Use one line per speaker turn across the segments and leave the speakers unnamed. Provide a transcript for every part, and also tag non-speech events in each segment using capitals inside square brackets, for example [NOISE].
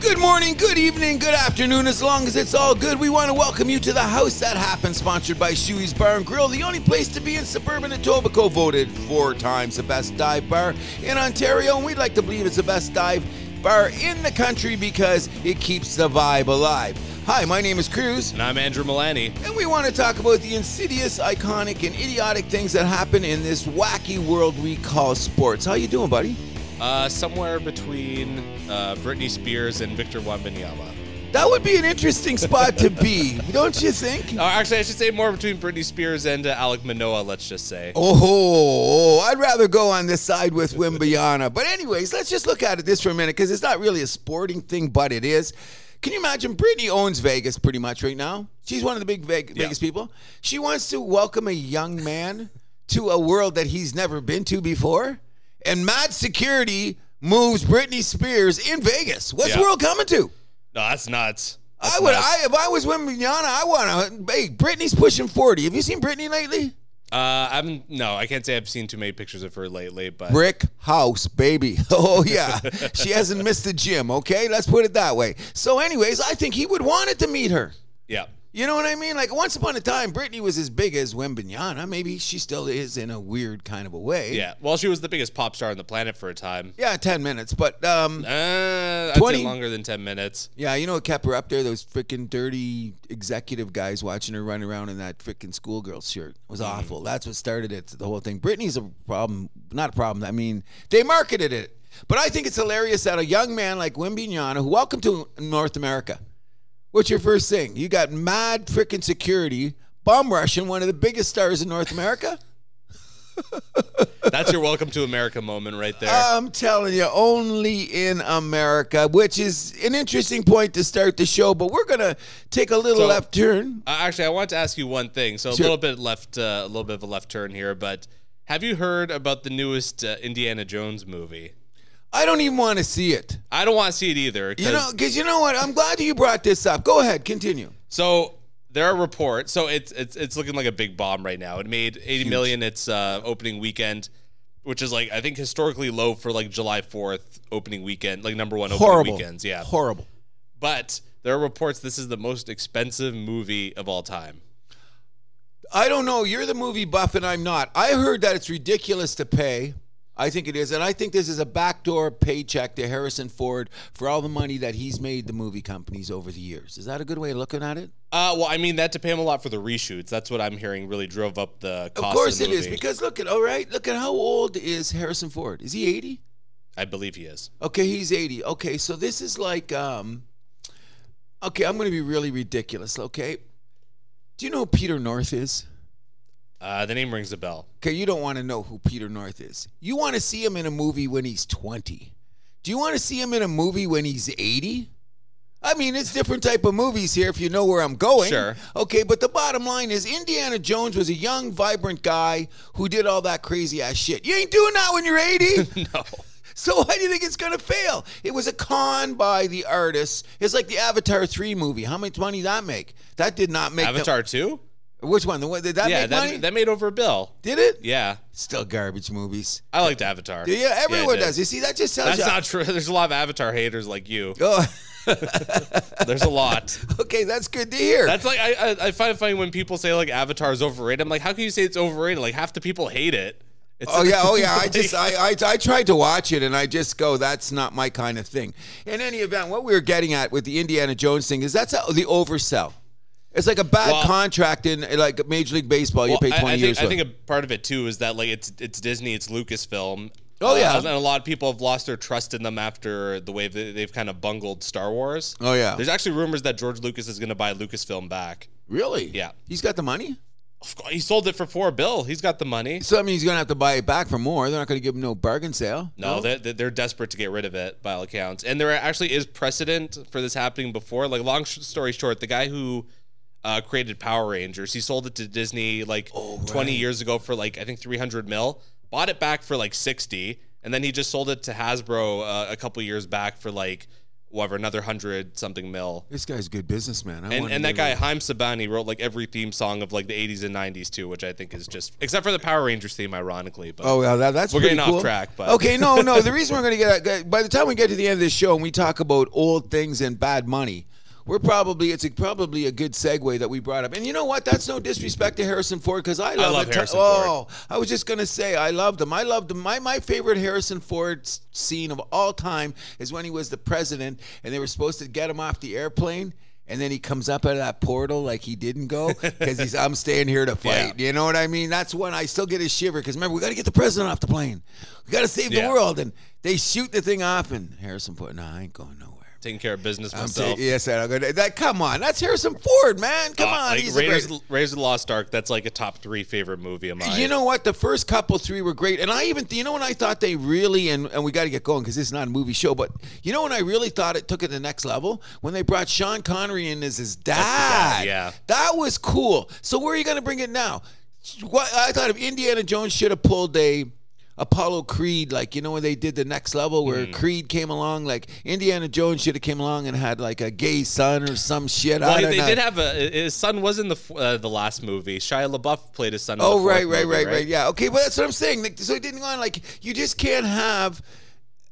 Good morning, good evening, good afternoon. As long as it's all good, we want to welcome you to the House That Happened, sponsored by Shuey's Bar and Grill, the only place to be in suburban Etobicoke, voted four times the best dive bar in Ontario, and we'd like to believe it's the best dive bar in the country because it keeps the vibe alive. Hi, my name is Cruz.
And I'm Andrew Milani.
And we want to talk about the insidious, iconic, and idiotic things that happen in this wacky world we call sports. How you doing, buddy?
Uh, somewhere between uh, Britney Spears and Victor Wembanyama.
That would be an interesting spot to be, don't you think?
Uh, actually, I should say more between Britney Spears and uh, Alec Manoa, let's just say.
Oh, oh, I'd rather go on this side with Wimbiana. But anyways, let's just look at it this for a minute because it's not really a sporting thing, but it is. Can you imagine? Britney owns Vegas pretty much right now. She's one of the big Ve- Vegas people. She wants to welcome a young man to a world that he's never been to before, and mad security moves Britney Spears in Vegas. What's the
Yeah.
world coming to?
No, that's nuts. That's
I would.
nuts.
I if I was Wimbiana, I want to. Hey, Britney's pushing forty. Have you seen Britney lately?
Uh, I'm no, I can't say I've seen too many pictures of her lately, but
Brick house, baby. [LAUGHS] Oh, yeah. she hasn't missed the gym, okay? Let's put it that way. So, anyways, I think he would wanted to meet her.
yeah.
You know what I mean? Like, once upon a time, Britney was as big as Wembignana. Maybe she still is in a weird kind of a way.
Yeah. Well, she was the biggest pop star on the planet for a time.
Yeah, 10 minutes. But, um,
Uh, I'd
20
say longer than 10 minutes.
yeah, you know what kept her up there? Those freaking dirty executive guys watching her run around in that freaking schoolgirl shirt. It was awful. That's what started it, the whole thing. Britney's a problem. Not a problem. I mean, they marketed it. But I think it's hilarious that a young man like Wimbignana, who welcome to North America, what's your first thing? You got mad freaking security, bum rushing one of the biggest stars in North America?
That's your welcome to America moment right there.
I'm telling you, only in America, which is an interesting point to start the show. But we're gonna take a little
So-
left turn.
Uh, actually, I want to ask you one thing. So a little bit left, uh, a little bit of a left turn here, but have you heard about the newest uh, Indiana Jones movie?
I don't even want to see it.
I don't want to see it either. 'cause-
You know, because you know what? I'm glad you brought this up. Go ahead, continue.
so there are reports. So it's it's it's looking like a big bomb right now. It made eighty million its uh, opening weekend, which is like I think historically low for like July Fourth opening weekend, like number one opening
Horrible.
weekends. Yeah,
Horrible.
but there are reports this is the most expensive movie of all time.
I don't know. You're the movie buff, and I'm not. I heard that it's ridiculous to pay. I think it is, and I think this is a backdoor paycheck to Harrison Ford for all the money that he's made the movie companies over the years. Is that a good way of looking at it?
Uh, well, I mean that to pay him a lot for the reshoots. That's what I'm hearing really drove up the cost.
Of course
the
it is
movie.
because look at all right, look at how old is Harrison Ford? Is he 80?
I believe he is.
Okay, he's 80. Okay, so this is like um Okay, I'm going to be really ridiculous, okay? Do you know who Peter North is?
Uh, the name rings a bell.
Okay, you don't want to know who Peter North is. You want to see him in a movie when he's 20. Do you want to see him in a movie when he's 80? I mean, it's different type of movies here if you know where I'm going.
Sure.
Okay, but the bottom line is Indiana Jones was a young, vibrant guy who did all that crazy ass shit. You ain't doing that when you're 80. [LAUGHS]
No.
So why do you think it's gonna fail? It was a con by the artists. It's like the Avatar three movie. How much money did that make? That did not make the-
Avatar two.
which one? The one did that
Yeah,
make money?
that, that made over a bill.
did it?
Yeah,
Still garbage movies.
I liked Avatar.
Yeah,
it
everyone
did.
does. You see, that just tells
That's
you.
not true. [LAUGHS] There's a lot of Avatar haters
[LAUGHS]
like you.
oh,
There's a lot.
[LAUGHS] okay, that's good to hear.
That's like I, I, I find it funny when people say like Avatar is overrated. I'm like, how can you say it's overrated? Like half the people hate it. It's
[LAUGHS] Oh yeah, oh
[LAUGHS]
yeah. I just I, I I tried to watch it and I just go, that's not my kind of thing. In any event, what we were getting at with the Indiana Jones thing is that's how the oversell. It's like a bad
Well-
contract in like Major League Baseball. you
Well,
pay
I-
twenty
I, think,
years.
I
for.
think a part of it too is that like it's it's Disney, it's Lucasfilm.
Oh,
Uh,
yeah.
and a lot of people have lost their trust in them after the way that they've kind of bungled Star Wars.
Oh, yeah.
There's actually rumors that George Lucas is going to buy Lucasfilm back.
Really?
Yeah.
He's got the money?
Of course, He sold it for four bill. He's got the money.
So that means he's going to have to buy it back for more. They're not going to give him no bargain sale.
No, They're, they're desperate to get rid of it by all accounts. And there actually is precedent for this happening before. Like, long sh- story short, the guy who uh, created Power Rangers, he sold it to Disney like
Oh,
20 years ago for like, I think 300 mil, bought it back for like 60, and then he just sold it to Hasbro uh, a couple years back for like whatever another hundred something mil.
This guy's a good businessman. I
And
wanna
and that
give
guy
him-
Haim Sabani wrote like every theme song of like the 80s and 90s too, which I think is just except for the Power Rangers theme, ironically. But
Oh, yeah, that, that's
We're
pretty
getting off
cool.
track, but-
okay, no, no. The reason we're going to get that- by the time we get to the end of this show and we talk about old things and bad money, we're probably it's a, probably a good segue that we brought up. And you know what? That's no disrespect to Harrison Ford because I love,
love
a ton-
Harrison
Oh, I was just going to say I loved him. I loved him. My my favorite Harrison Ford s- scene of all time is when he was the president and they were supposed to get him off the airplane. And then he comes up out of that portal like he didn't
[LAUGHS]
go because he's I'm staying here to
Yeah.
fight. You know what I mean? That's when I still get a shiver because remember we got to get the president off the plane. We got to save the
Yeah.
world, and they shoot the thing off, and Harrison Ford. No, I ain't going nowhere.
taking care of business
I'm saying,
myself.
yes, I'm gonna, that. Come on, that's Harrison Ford, man. Come
Uh,
on,
like,
he's a
Raiders,
great-
Raiders of the Lost Ark. That's like a top three favorite movie of mine.
you know what? The first couple three were great, and I even you know when I thought they really and and we got to get going because this is not a movie show, but you know when I really thought it took it to the next level when they brought Sean Connery in as his dad.
yeah.
that was cool. So where are you going to bring it now? What I thought if Indiana Jones should have pulled a. Apollo Creed, like you know when they did the next level
Hmm.
where Creed came along, like Indiana Jones should have came along and had like a gay son or some shit.
Well,
I
he-
don't
they
know.
did have a his son was in the f- uh, the last movie. Shia LaBeouf played his son. In the
Oh
fourth
right, right,
movie,
right, right. Yeah. Okay, well that's what I'm saying. Like, so it didn't go on. Like you just can't have.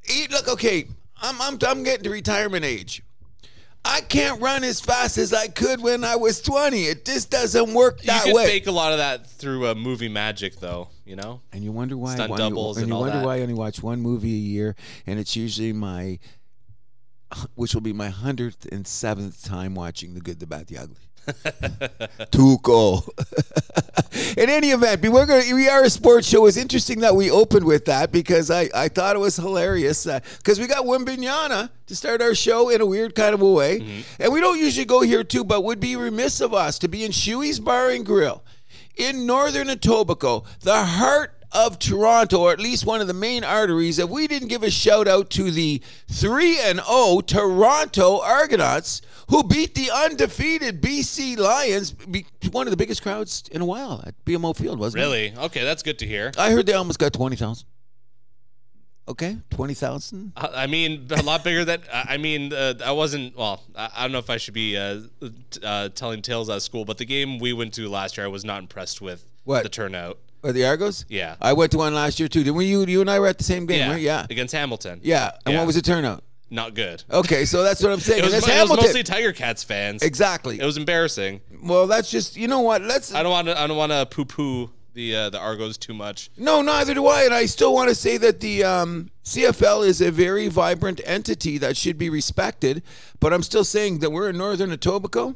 Eat, look, okay. I'm I'm I'm getting to retirement age. I can't run as fast as I could when I was 20. It just doesn't work
You
that
could
way.
fake a lot of that through uh, movie magic, though. You know,
and you wonder why
Stunt
one-
doubles
and
and
you
all
wonder
that.
why I only watch one movie a year, and it's usually my, which will be my hundredth and seventh time watching The Good, the Bad, the Ugly.
[LAUGHS]
Tuco. In any event, be- we're gonna, we are a sports show. It's interesting that we opened with that because I, I thought it was hilarious because we got Wimbignana to start our show in a weird kind of a way. And we don't usually go here too, but would be remiss of us to be in Shuey's Bar and Grill in northern Etobicoke, the heart of Toronto, or at least one of the main arteries, if we didn't give a shout out to the 3 and 0 Toronto Argonauts who beat the undefeated BC Lions, be, one of the biggest crowds in a while at BMO Field, wasn't it?
really? Okay, that's good to hear.
I heard they almost got 20,000. Okay, 20,000.
I Uh, I mean, a lot bigger than. I I mean, uh, I wasn't. Well, I I don't know if I should be uh, t- uh, telling tales out of school, but the game we went to last year, I was not impressed with
What?
the turnout.
Or the Argos?
Yeah.
I went to one last year too. Did we you you and I were at the same game, right? Yeah.
against Hamilton.
Yeah. And
Yeah.
what was the turnout?
not good.
Okay, so that's what I'm saying.
[LAUGHS] It was,
and that's
mo- it was
Hamilton.
mostly Tiger Cats fans.
exactly.
It was embarrassing.
Well, that's just you know what. Let's
I don't want to. I don't want to poo-poo the uh, the Argos too much.
no, neither do I. And I still want to say that the um, CFL is a very vibrant entity that should be respected. But I'm still saying that we're in Northern Etobicoke.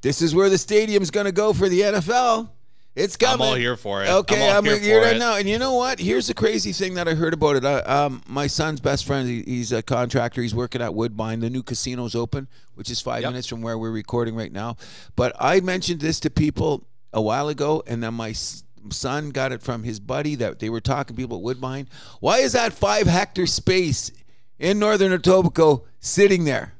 This is where the stadium's going to go for the NFL. It's coming.
I'm all here for it.
Okay, I'm,
I'm all here
here
for
right
it.
now. And you know what? Here's the crazy thing that I heard about it. Uh, um, my son's best friend, he, he's a contractor. He's working at Woodbine. The new casino's open, which is five minutes from where we're recording right now. But I mentioned this to people a while ago, and then my s- son got it from his buddy that they were talking to people at Woodbine. Why is that five hectare space in northern Etobicoke sitting there?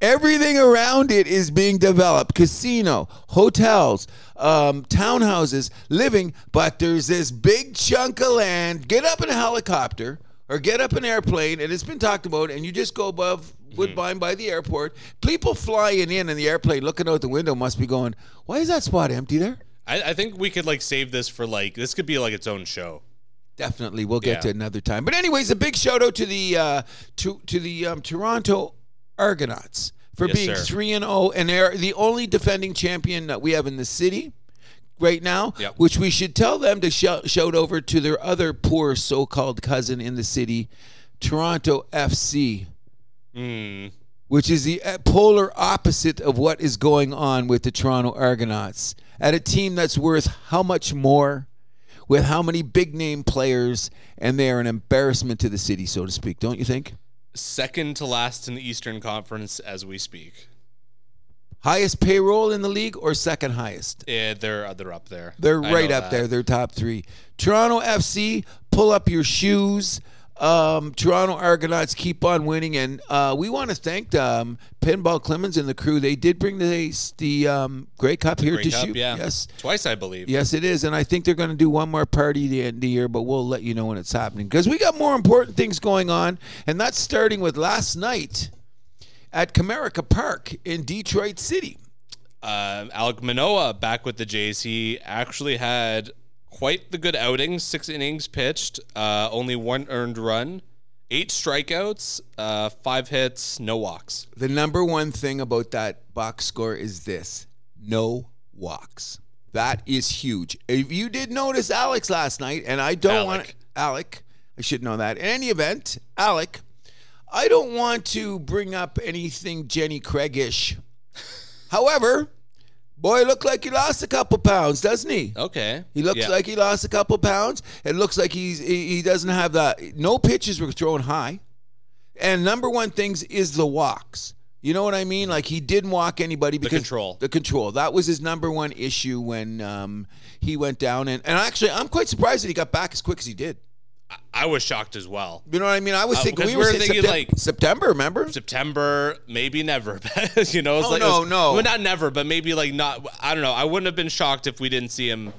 Everything around it is being developed casino, hotels, um, townhouses, living, but there's this big chunk of land. Get up in a helicopter or get up an airplane, and it's been talked about, and you just go above Woodbine by the airport. People flying in in the airplane looking out the window must be going, Why is that spot empty there?
I, I think we could like save this for like this could be like its own show.
Definitely, we'll get
Yeah.
to another time. But anyways, a big shout out to the uh, to to the um, Toronto Argonauts for
Yes,
being
sir.
three and zero, and they're the only defending champion that we have in the city right now.
Yep.
Which we should tell them to shout, shout over to their other poor so-called cousin in the city, Toronto FC
Mm.
which is the uh, polar opposite of what is going on with the Toronto Argonauts at a team that's worth how much more with how many big name players and they are an embarrassment to the city so to speak don't you think
Second to last in the Eastern Conference as we speak.
highest payroll in the league or second highest
Yeah, Eh, they're they're up there.
they're
I
right
know
up
that.
there they're top 3 Toronto FC pull up your shoes um, Toronto Argonauts keep on winning, and uh, we want to thank um, Pinball Clemens and the crew. They did bring the the um, Grey Cup here
Grey
to
Cup,
shoot.
yeah.
Yes,
Twice, I believe.
Yes, it is, and I think they're going to do one more party the end of the year, but we'll let you know when it's happening because we got more important things going on, and that's starting with last night. at Comerica Park in Detroit City.
Um, Alec Manoa back with the Jays. He actually had quite the good outing. Six innings pitched, uh, only one earned run, eight strikeouts, uh, five hits, no walks.
The number one thing about that box score is this no walks. That is huge. If you did notice Alex last night, and I don't want
Alec.
Alec, I should know that. In any event, Alec, I don't want to bring up anything Jenny Craigish. However, boy looked like he lost a couple pounds, doesn't he?
Okay.
He looks
Yeah.
like he lost a couple pounds. It looks like he's he, he doesn't have that. No pitches were thrown high, and number one things is the walks. You know what I mean? Like he didn't walk anybody because
control.
The control that was his number one issue when um, he went down. And and actually, I'm quite surprised that he got back as quick as he did.
I- I was shocked as well.
You know what I mean? I was
Uh,
thinking
because
we were,
we're
saying
thinking,
Septem-
like-
September. Remember?
September, maybe never. [LAUGHS] but, you know, it's
Oh,
like
no,
it was-
no.
well, not never, but maybe like not. I don't know. I wouldn't have been shocked if we didn't see him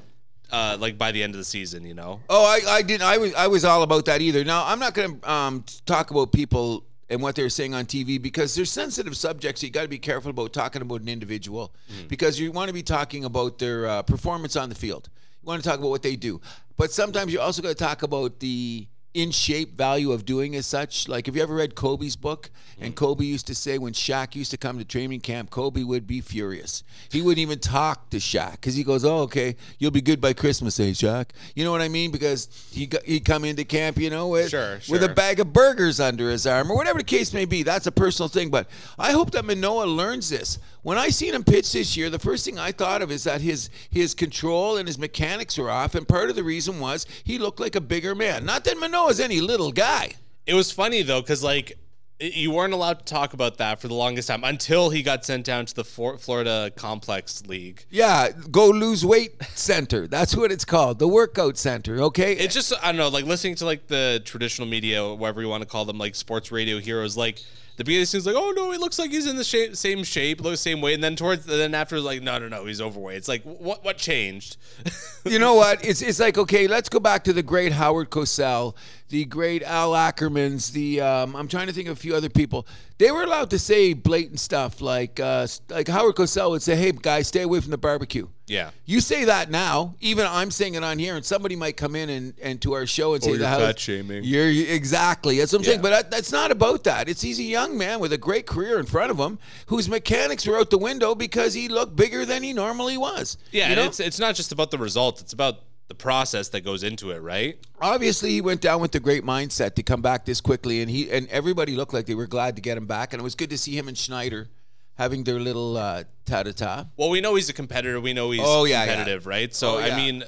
uh, like by the end of the season. You know,
Oh, I, I didn't. I was I was all about that either. Now I'm not going to um, talk about people and what they're saying on TV because they're sensitive subjects. you got to be careful about talking about an individual because you want to be talking about their uh, performance on the field. You want to talk about what they do, but sometimes you also got to talk about the in shape value of doing as such. Like, have you ever read Kobe's book?
Mm.
And Kobe used to say when Shaq used to come to training camp, Kobe would be furious. He wouldn't even talk to Shaq because he goes, "Oh, okay, you'll be good by Christmas, eh, Shaq?" You know what I mean? Because he got, he'd come into camp, you know, with
Sure,
with a
sure.
bag of burgers under his arm or whatever the case may be. That's a personal thing, but I hope that Manoa learns this. When I seen him pitch this year, the first thing I thought of is that his his control and his mechanics were off, and part of the reason was he looked like a bigger man. Not that Manoa's any little guy.
it was funny though because like y- you weren't allowed to talk about that for the longest time until he got sent down to the For- Florida Complex League.
Yeah, go lose weight center. That's what it's called, the workout center. Okay,
It's just I don't know, like listening to like the traditional media, or whatever you want to call them, like sports radio heroes, like. The beginning seems like, oh no, he looks like he's in the shape, same shape, looks same weight, and then towards, and then after, like, no, no, no, he's overweight. It's like, wh- what, what changed? [LAUGHS]
you know what? It's it's like okay, let's go back to the great Howard Cosell, the great Al Ackermans, the um, I'm trying to think of a few other people. They were allowed to say blatant stuff like uh, like Howard Cosell would say, "Hey guys, stay away from the barbecue."
yeah,
You say that now, even I'm saying it on here, and somebody might come in and, and to our show and say
Oh, you're
the house.
fat shaming.
You're exactly that's what I'm saying.
Yeah.
But that, that's not about that. It's he's a young man with a great career in front of him, whose mechanics were out the window because he looked bigger than he normally was.
Yeah,
You
and
know?
it's it's not just about the results; it's about the process that goes into it, right?
obviously he went down with the great mindset to come back this quickly and he and everybody looked like they were glad to get him back and it was good to see him and Schneider having their little uh ta-ta-ta.
Well, we know he's a competitor. We know he's
Oh, yeah, yeah.
competitive, right? So
Oh, yeah.
I mean,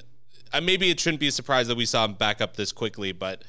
I, maybe it shouldn't be a surprise that we saw him back up this quickly, but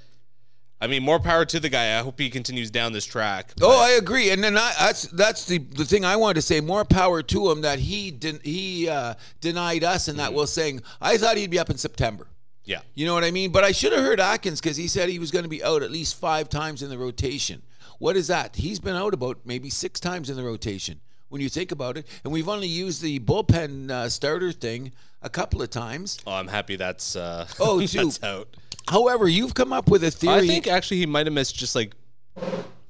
I mean, more power to the guy. I hope he continues down this track.
Oh, I agree, and then I, that's that's the, the thing I wanted to say. More power to him that he den- he uh, denied us, and that was saying I thought he'd be up in September.
Yeah,
You know what I mean? But I should have heard Atkins because he said he was going to be out at least five times in the rotation. What is that? He's been out about maybe six times in the rotation when you think about it. And we've only used the bullpen uh, starter thing a couple of times.
oh, I'm happy that's uh,
Oh,
[LAUGHS] that's
two.
out.
However, you've come up with a theory.
I think actually he might have missed just like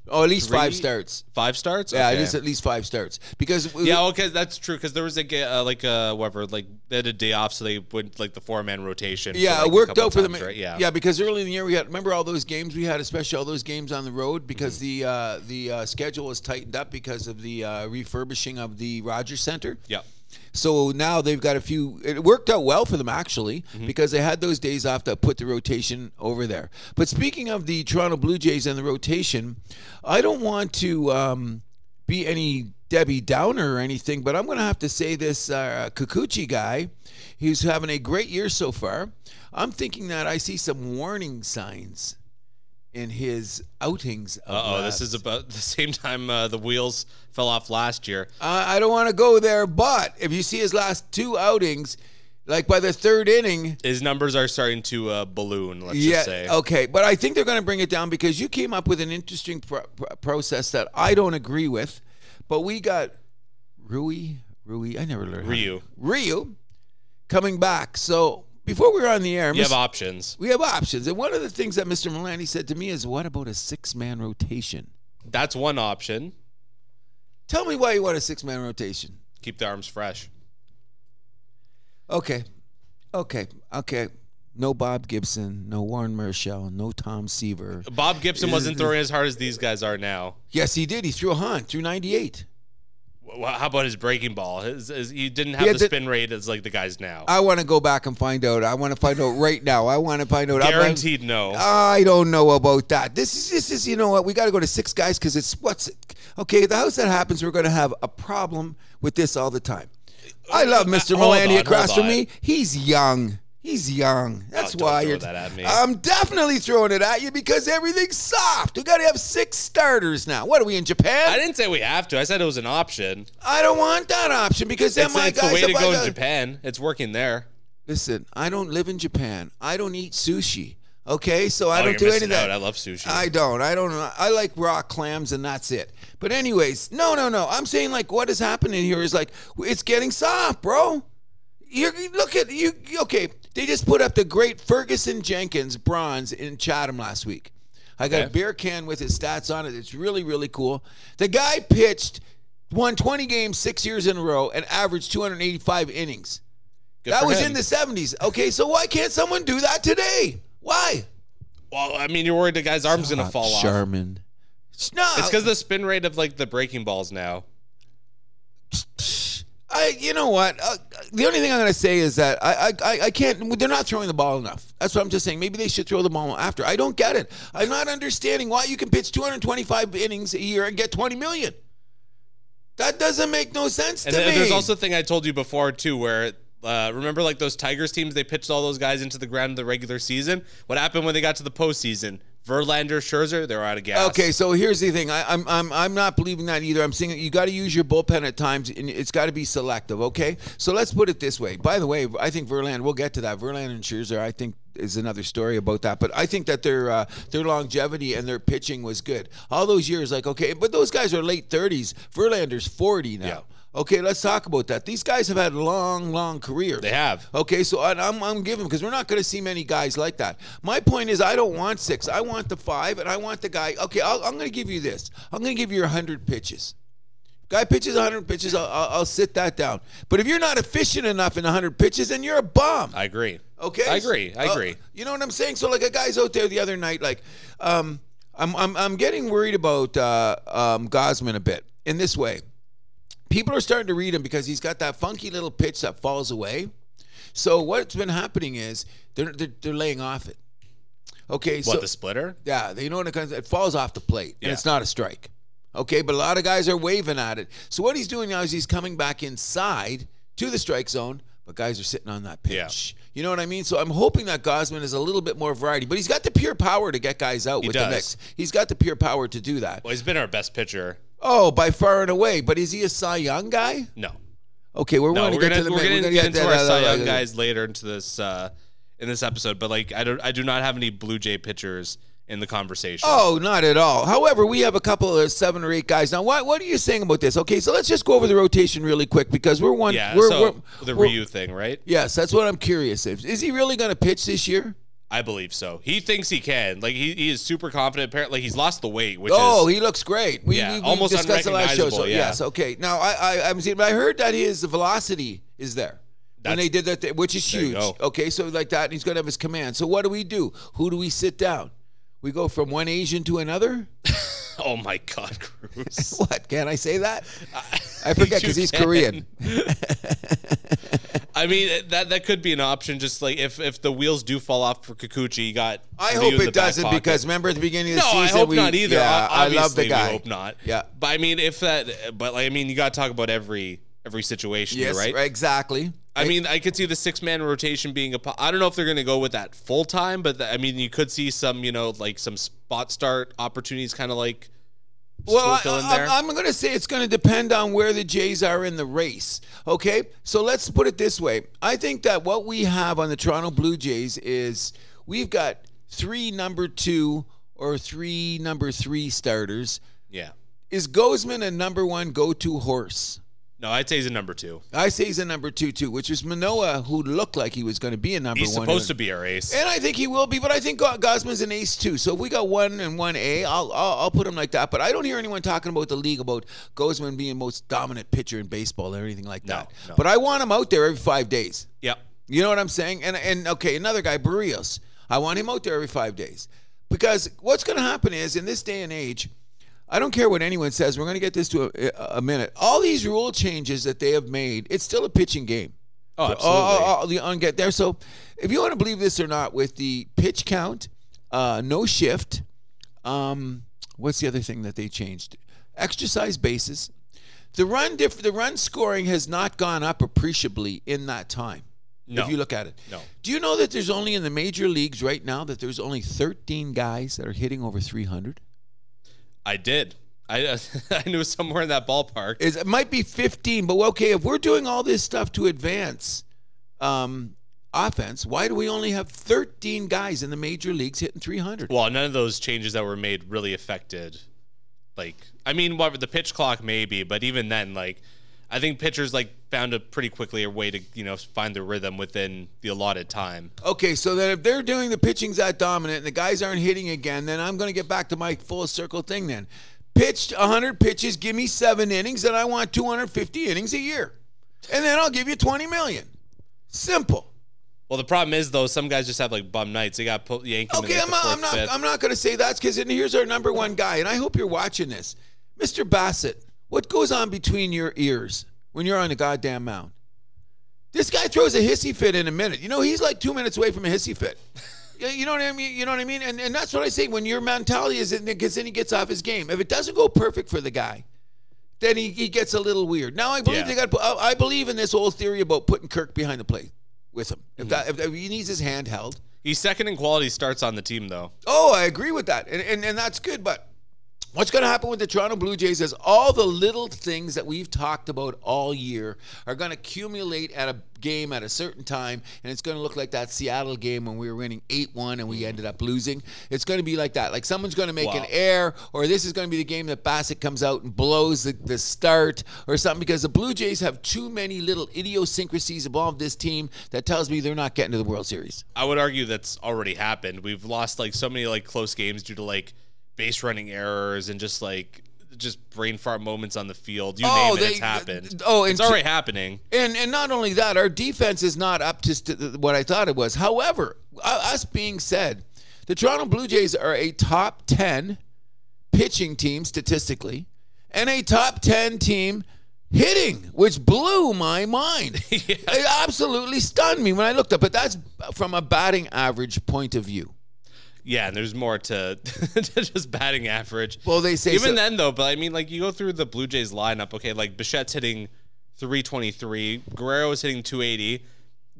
oh, at least five
three-
starts.
five starts.
Yeah,
Okay.
it is at least five starts because
Yeah, okay, that's true. Because there was a ga- uh, like uh, whatever, like they had a day off, so they went like the four man rotation. for,
Yeah,
like,
it
a
worked
couple
out for them.
times, right? Yeah,
because early in the year we had remember all those games we had, especially all those games on the road because
Mm-hmm.
the uh, the uh, schedule was tightened up because of the uh, refurbishing of the Rogers Center.
yeah.
So now they've got a few. It worked out well for them actually because they had those days off to put the rotation over there. But speaking of the Toronto Blue Jays and the rotation, I don't want to um, be any Debbie Downer or anything, but I'm going to have to say this uh, Kikuchi guy, he's having a great year so far. I'm thinking that I see some warning signs in his outings. Of
Uh oh,
last-
this is about [LAUGHS] the same time uh, the wheels fell off last year.
Uh, I don't want to go there, but if you see his last two outings, like by the third inning,
His numbers are starting to uh, balloon. Let's
yeah, oh.
just say.
okay. But I think they're going to bring it down because you came up with an interesting pro- pro- process that I don't agree with. But we got Rui, Rui. I never learned how to-
Ryu.
Ryu coming back. So before we were on the air,
You
Mr.
have options.
we have options, and one of the things that Mr. Milani said to me is, "What about a six-man rotation?"
That's one option.
Tell me why you want a six man rotation.
Keep the arms fresh.
Okay. Okay. Okay. No Bob Gibson, no Warren Marshall, no Tom Seaver.
Bob Gibson wasn't throwing as hard as these guys are now.
Yes, he did. He threw a hunt through 98.
Wh- wh- How about his breaking ball? His, his, he didn't have
Yeah,
the
the- Uh,
spin rate as like the guys now.
I want to go back and find out. I want to find out right now. I want to find out. I'm-
Guaranteed no.
I don't know about that. This is this is you know what we got to go to six guys because it's what's okay. The house that happens, we're going to have a problem with this all the time. I love Mr.
Uh, hold
Mulaney
on,
across
hold
from
on. Oh,
me. He's young. He's young. That's
don't
why
throw
you're.
that at me.
I'm definitely throwing it at you because everything's soft. We got to have six starters now. What are we in Japan?
I
I,
didn't say we have to. I said it was an option.
don't want that option because then
It's,
my
it's the
guys.
way to
if I
go
got-
in Japan. It's working there.
Listen, I don't live in Japan. I don't eat sushi. Okay, so I
Oh,
don't
you're
do any
missing
of that.
out. I love sushi.
I don't. I don't. I like raw clams and that's it. But anyways, no, no, no. I'm saying like what is happening here is like it's getting soft, bro. You look at you. Okay, they just put up the great Ferguson Jenkins bronze in Chatham last week. I got
Okay.
a beer can with his stats on it. It's really really cool. The guy pitched, won 20 games six years in a row and averaged 285 innings.
Good
that
for
was
him.
in the 70s. Okay, so why can't someone do that today? Why?
Well, I mean, you're worried the guy's arm's gonna fall off.
Sherman. No,
It's because the spin rate of like the breaking balls now.
I, you know what? Uh, the only thing I'm going to say is that I, I- I, I can't. They're not throwing the ball enough. That's what I'm just saying. Maybe they should throw the ball after. I don't get it. I'm not understanding why you can pitch 225 innings a year and get 20 million. That doesn't make no sense
And
to
then
me.
there's also a thing I told you before too, where uh, remember like those Tigers teams, they pitched all those guys into the ground in the regular season. What happened when they got to the postseason? Verlander, Scherzer, they were out of gas.
Okay, so here's the thing. I, I'm I'm I'm not believing that either. I'm saying that you got to use your bullpen at times, and it's got to be selective. Okay, so let's put it this way. By the way, I think Verlander. We'll get to that. Verlander and Scherzer. I think is another story about that. But I think that their uh, their longevity and their pitching was good. All those years, like okay, but those guys are late 30s. Verlander's 40 now.
Yeah.
Okay, let's talk about that. These guys have had long, long careers.
They have.
Okay, so I, I'm, I'm giving because we're not going to see many guys like that. My point is, I don't want six. I want the five, and I want the guy. Okay, I'll, I'm going to give you this. I'm going to give you 100 pitches. Guy pitches 100 pitches. I'll, I'll, I'll sit that down. But if you're not efficient enough in 100 pitches, then you're a bum.
I agree.
Okay,
I agree. I
Uh,
agree.
you know what I'm saying? So like a guy's out there the other night, like, um, I'm I'm I'm getting worried about uh, um, Gosman a bit in this way. People are starting to read him because he's got that funky little pitch that falls away. So what's been happening is they're they're, they're laying off it. Okay,
what
so
the splitter?
yeah, they know when it comes, it falls off the plate,
Yeah.
and it's not a strike. Okay, but a lot of guys are waving at it. So what he's doing now is he's coming back inside to the strike zone, but guys are sitting on that
Yeah.
pitch. You know what I mean? So I'm hoping that Gosman is a little bit more variety, but he's got the pure power to get guys out with
does.
the next. He's got the pure power to do that.
Well, he's been our best pitcher.
Oh, by far and away. But is he a Cy Young guy?
No,
Okay, we're
no,
going to
we're
get
gonna,
to the
we're
main-
gonna,
gonna
get into
to
our
that-
Cy Young guys later into this uh, in this episode. But like, I don't, I do not have any Blue Jay pitchers in the conversation.
Oh, not at all. However, we have a couple of seven or eight guys now. What what are you saying about this? Okay, so let's just go over the rotation really quick because we're one.
yeah.
we're,
so
we're-
the
we're-
Ryu thing, right?
Yes, that's what I'm curious. If is he really going to pitch this year?
I believe so. He thinks he can. Like he, he is super confident. Apparently, he's lost the weight, which
Oh,
is
he looks great. We,
Yeah,
we, we
almost
discussed the last show. So
unrecognizable, yeah.
yes, okay. Now I I I'm seeing, but I heard that his velocity is there.
That's-
when they did that, thing, which is
There you
huge.
go.
Okay, so like that, and he's going to have his command. So what do we do? Who do we sit down? We go from one Asian to another. [LAUGHS]
oh my god, [LAUGHS] Cruz.
What can I say that?
[LAUGHS]
I forget
You
because he's
can.
Korean.
I mean, that that could be an option. Just like if if the wheels do fall off for Kikuchi, you got.
I
Ryu
hope
in the
it
back
doesn't
pocket.
because remember at the beginning of the
No, I
season
hope
we
not either.
Yeah,
Ob-
I love
obviously
the
we
guy.
hope not.
Yeah.
but I mean, if that, but like, I mean, you got to talk about every every situation, here,
Yes,
right?
exactly.
I mean, I could see the six man rotation being a. po- I don't know if they're going to go with that full time, but the, I mean, you could see some, you know, like some spot start opportunities, kind of like.
Well,
still
I,
in there.
I, am going to say it's going to depend on where the Jays are in the race. Okay, so let's put it this way: I think that what we have on the Toronto Blue Jays is we've got three number two or three number three starters.
yeah.
Is Gozman a number one go-to horse?
No, I'd say he's a number two.
I say he's a number two too, which is Manoa, who looked like he was going to be a number
He's
one. Eh,
supposed to be our ace.
And I think he will be, but I think Go- Gosman's an ace too. So if we got one and one A, I'll, I'll I'll put him like that. But I don't hear anyone talking about the league about Gosman being most dominant pitcher in baseball or anything like
No,
that.
no.
But I want him out there every five days.
Yep.
You know what I'm saying? And and okay, another guy, Barrios. I want him out there every five days because what's going to happen is in this day and age, I don't care what anyone says. We're going to get this to a, a minute. All these rule changes that they have made, it's still a pitching game.
Oh,
For-
absolutely.
all- all the on get there. So, if you want to believe this or not, with the pitch count, uh, no shift. Um, what's the other thing that they changed? Exercise bases. The run diff- the run scoring has not gone up appreciably in that time.
No.
If you look at it.
No.
Do you know that there's only in the major leagues right now that there's only 13 guys that are hitting over 300?
I did. I [LAUGHS] uh, I knew somewhere in that ballpark.
Is it might be 15, but okay, if we're doing all this stuff to advance um, offense, why do we only have 13 guys in the major leagues hitting 300?
Well, none of those changes that were made really affected. Like, I mean, whatever the pitch clock maybe, but even then, like, I think pitchers like found a pretty quickly a way to you know find the rhythm within the allotted time.
Okay, so then if they're doing the pitching's that dominant and the guys aren't hitting again, then I'm going to get back to my full circle thing then. Pitched 100 pitches, give me 7 innings and I want 250 innings a year. And then I'll give you 20 million. Simple.
Well, the problem is though, some guys just have like bum nights. They got put yank him
Okay,
in like,
I'm
the
not,
fourth,
I'm not,
fifth.
I'm not going to say that's because here's our number one guy, and I hope you're watching this, Mr. Bassett. What goes on between your ears when you're on the goddamn mound? This guy throws a hissy fit in a minute. You know, he's like two minutes away from a hissy
[LAUGHS]
fit. You- You know what I mean? You know what I mean? And, and that's what I say when your mentality is in because then he gets off his game. If it doesn't go perfect for the guy, then he, he gets a little weird. Now I believe
Yeah.
they got. I I believe in this whole theory about putting Kirk behind the plate with him.
Mm-hmm.
If, that, if, if he needs his hand held,
He's second in quality starts on the team though.
Oh, I agree with that. And, and, and that's good. But what's going to happen with the Toronto Blue Jays is all the little things that we've talked about all year are going to accumulate at a game at a certain time. And it's going to look like that Seattle game when we were winning 8 1 and we ended up losing. It's going to be like that. Like someone's going to make an
Mm. Wow.
air, or this is going to be the game that Bassett comes out and blows the, the start or something because the Blue Jays have too many little idiosyncrasies involved this team that tells me they're not getting to the World Series.
I would argue that's already happened. We've lost like so many like close games due to like base running errors and just like just brain fart moments on the field. You
Oh,
name it,
they-
it's happened.
oh, and
it's
two-
already happening.
And and not only that, our defense is not up to st- what I thought it was. However, u- us being said, the Toronto Blue Jays are a top 10 pitching team statistically and a top 10 team hitting, which blew my [LAUGHS] mind. It absolutely stunned me when I looked up, but that's from a batting average point of view.
Yeah, and there's more to, [LAUGHS] to just batting average.
Well, they say
even
so-
then though, but I mean, like you go through the Blue Jays lineup. Okay, like Bichette's hitting 323. Guerrero is hitting 280.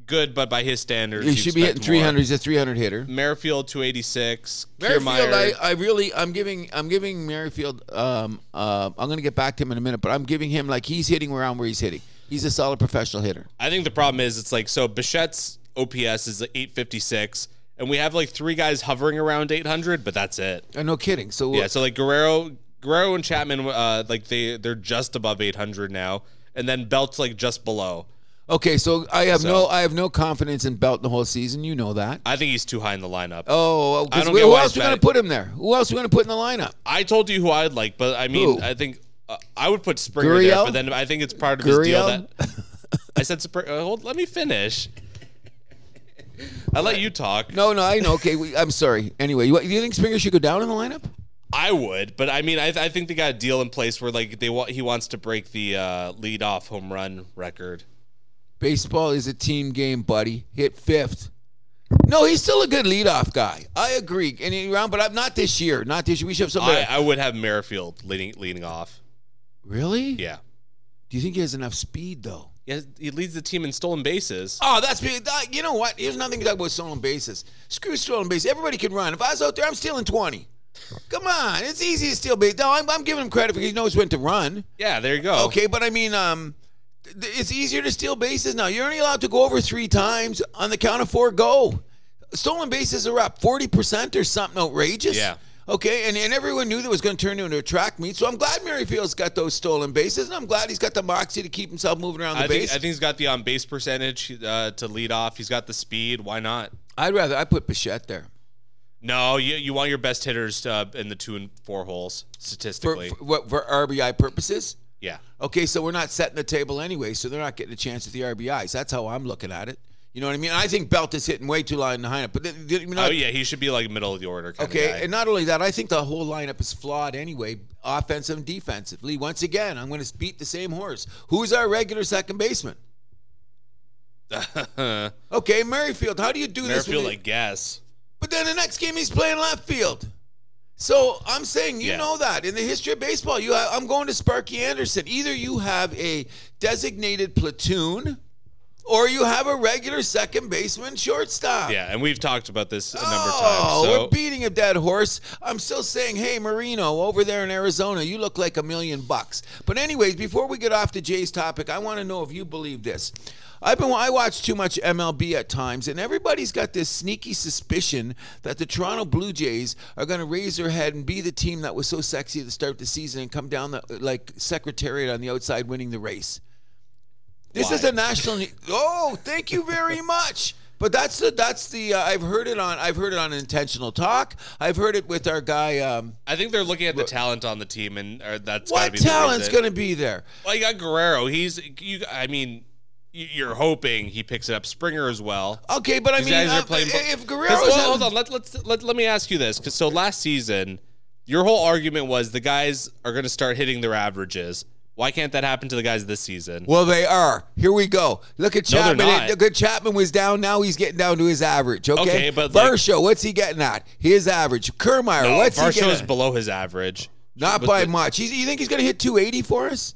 Good, but by his standards,
He
you
should be hitting
expect more.
300. He's a 300 hitter.
Merrifield 286.
Merrifield, I,
Kiermaier-
I really, I'm giving, I'm giving Merrifield. Um, uh, I'm going to get back to him in a minute, but I'm giving him like he's hitting around where he's hitting. He's a solid professional hitter.
I think the problem is it's like so Bichette's OPS is 856, and we have like three guys hovering around 800, but that's it.
Uh, no kidding. So
Yeah, so like Guerrero, Guerrero and Chapman, uh, like they they're just above 800 now, and then Belt's like just below.
okay, so I have no,
So-
I have no confidence in Belt the whole season. You know that.
I think he's too high in the lineup.
Oh, 'cause
I don't
who,
get why
else
he's
we going to
batting-
put him there? Who else we going to put in the lineup?
I told you who I'd like, but I mean,
Who?
I think uh, I would put Springer
Gurriel?
there, but then I think it's part of his deal
Gurriel?
that I said. Spr- uh, hold, let me finish. I let you talk.
No, no, I know. Okay, we, I'm sorry. Anyway, you, you think Springer should go down in the lineup?
I would, but I mean, I, I think they got a deal in place where like they want he wants to break the uh, lead off home run record.
Baseball is a team game, buddy. Hit fifth. No, he's still a good leadoff guy. I agree. Any round, but I'm not this year. Not this year. We should have somebody.
I, I would have Merrifield leading leading off.
Really?
Yeah,
Do you think he has enough speed though?
yeah, he leads the team in stolen bases.
Oh, that's be- that- you know what? Here's nothing to talk about stolen bases. Screw stolen bases. Everybody can run. If I was out there, I'm stealing twenty. Come on, it's easy to steal base. No, I'm, I'm giving him credit because he knows when to run.
Yeah, there you go.
Okay, but I mean, um, th- it's easier to steal bases now. You're only allowed to go over three times on the count of four. Go. Stolen bases are up forty percent or something outrageous.
Yeah.
Okay, and, and everyone knew that was going to turn into a track meet. So I'm glad Merrifield's got those stolen bases, and I'm glad he's got the moxie to keep himself moving around the
I think, I
base.
think he's got the on base percentage uh, to lead off. He's got the speed. Why not?
I'd rather I put Bichette there.
No, you, you want your best hitters uh, in the two and four holes
for,
statistically.
for what for RBI purposes.
yeah.
Okay, so we're not setting the table anyway, so they're not getting a chance at the RBIs. That's how I'm looking at it. You know what I mean? I think Belt is hitting way too long behind it, but then- then, you know,
oh yeah, he should be like middle of the order. Kind
okay.
Of guy.
And not only that, I think the whole lineup is flawed anyway, offensive and defensively. Once again, I'm going to beat the same horse. Who's our regular second baseman?
[LAUGHS]
Okay, Merrifield. How do you do this? when
Merrifield,
you-
I guess.
But then the next game he's playing left field. So I'm saying you
Yeah.
know that in the history of baseball, you ha I'm going to Sparky Anderson. Either you have a designated platoon, or you have a regular second baseman, shortstop.
Yeah, and we've talked about this a number
Oh, we're
of times. So
beating a dead horse. I'm still saying, hey, Marino, over there in Arizona, you look like a million bucks. But anyways, before we get off to Jay's topic, I want to know if you believe this. I've been I watch too much MLB at times, and everybody's got this sneaky suspicion that the Toronto Blue Jays are going to raise their head and be the team that was so sexy to start the season and come down the like secretariat on the outside winning the race. This is
Why?
a national. ne- Oh, thank you
[LAUGHS]
very much. But that's the that's the uh, I've heard it on I've heard it on intentional talk. I've heard it with our guy. Um,
I think they're looking at the talent on the team, and or that's gotta
what
be
talent's
going
going to be there?
Well, you got Guerrero. He's you. I mean, y- you're hoping he picks it up. Springer as well.
Okay, but I
These
mean,
guys
uh,
are playing. bo-
if
'Cause-
Guerrero's
well,
having-
hold on. Let, let's let, let me ask you this. 'Cause so last season, your whole argument was the guys are going to start hitting their averages. Why can't that happen to the guys this season?
well, they are. Here we go. Look at
No, they're
Chapman.
not.
Look at Chapman was down. Now he's getting down to his average. Okay,
Okay, but, like-
Varsho, what's he getting at? His average. Kermeyer,
No,
what's he
Varsho
getting?
is
at?
below his average.
Not
But
by
the- Uh,
much. He's, you think he's going to hit 280 for us?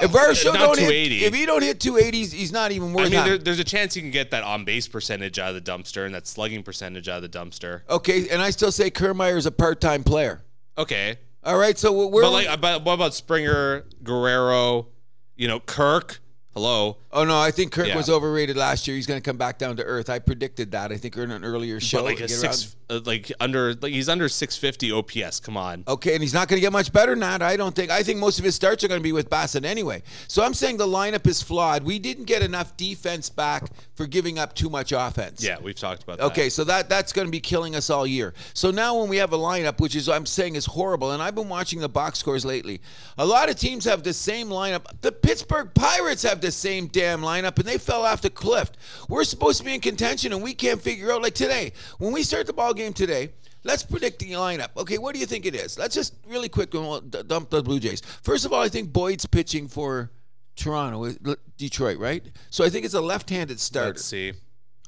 If Varsho
not
don't hit,
280.
if he don't hit 280, he's- he's not even worth.
I mean,
having.
there, there's a chance you can get that on base percentage out of the dumpster and that slugging percentage out of the dumpster.
Okay, and I still say Kermeyer is a part-time player.
Okay,
All right, so we're
but like, uh, but what about Springer, Guerrero? You know, Kirk. Hello.
oh no, I think Kirk
Yeah.
was overrated last year. He's going to come back down to earth. I predicted that. I think in an earlier show.
But like a
Get
six, uh, like under, like he's under 650 OPS. Come on.
around- Okay, and he's not going to get much better than that. I don't think. I think most of his starts are going to be with Bassett anyway. So I'm saying the lineup is flawed. We didn't get enough defense back for giving up too much offense.
Yeah, we've talked about that.
Okay, so that that's going to be killing us all year. So now when we have a lineup, which is I'm saying is horrible, and I've been watching the box scores lately. A lot of teams have the same lineup. The Pittsburgh Pirates have the same damn lineup, and they fell off the cliff. We're supposed to be in contention, and we can't figure out like today when we start the ball game today. Let's predict the lineup. Okay, what do you think it is? Let's just really quick and we'll d- dump the Blue Jays. First of all, I think Boyd's pitching for Toronto, Detroit, right? So I think it's a left-handed starter.
Let's see.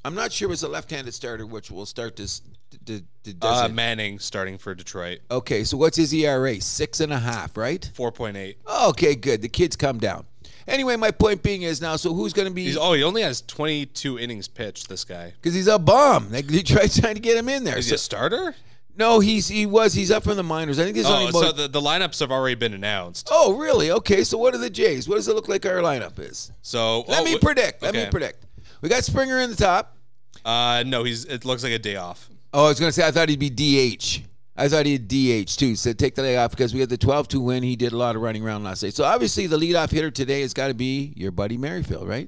I'm not sure it's a left-handed starter, which will start this. The, the,
Uh, Manning starting for Detroit,
okay, so what's his ERA? Six and a half, right?
4.8.
Okay, good. The kid's come down. Anyway, my point being is now. So who's going to be?
He's oh, he only has 22 innings pitched. This guy.
Because he's a bomb. Like Detroit's [LAUGHS] trying to get him in there.
Is
So-
he a starter?
no, he's he was he's up from the minors. I think he's
Oh,
only. Both,
so the, the lineups have already been announced.
oh, really? Okay. So what are the Jays? What does it look like our lineup is?
So
Let
oh,
me
w-
predict. Let me
okay.
predict. We got Springer in the top.
Uh, no, he's. It looks like a day off.
Oh, I was going to say I thought he'd be DH. I thought he'd DH too. So take the leg off because we had the 12 to win. He did a lot of running around last night. So obviously the leadoff hitter today has got to be your buddy Merrifield, right?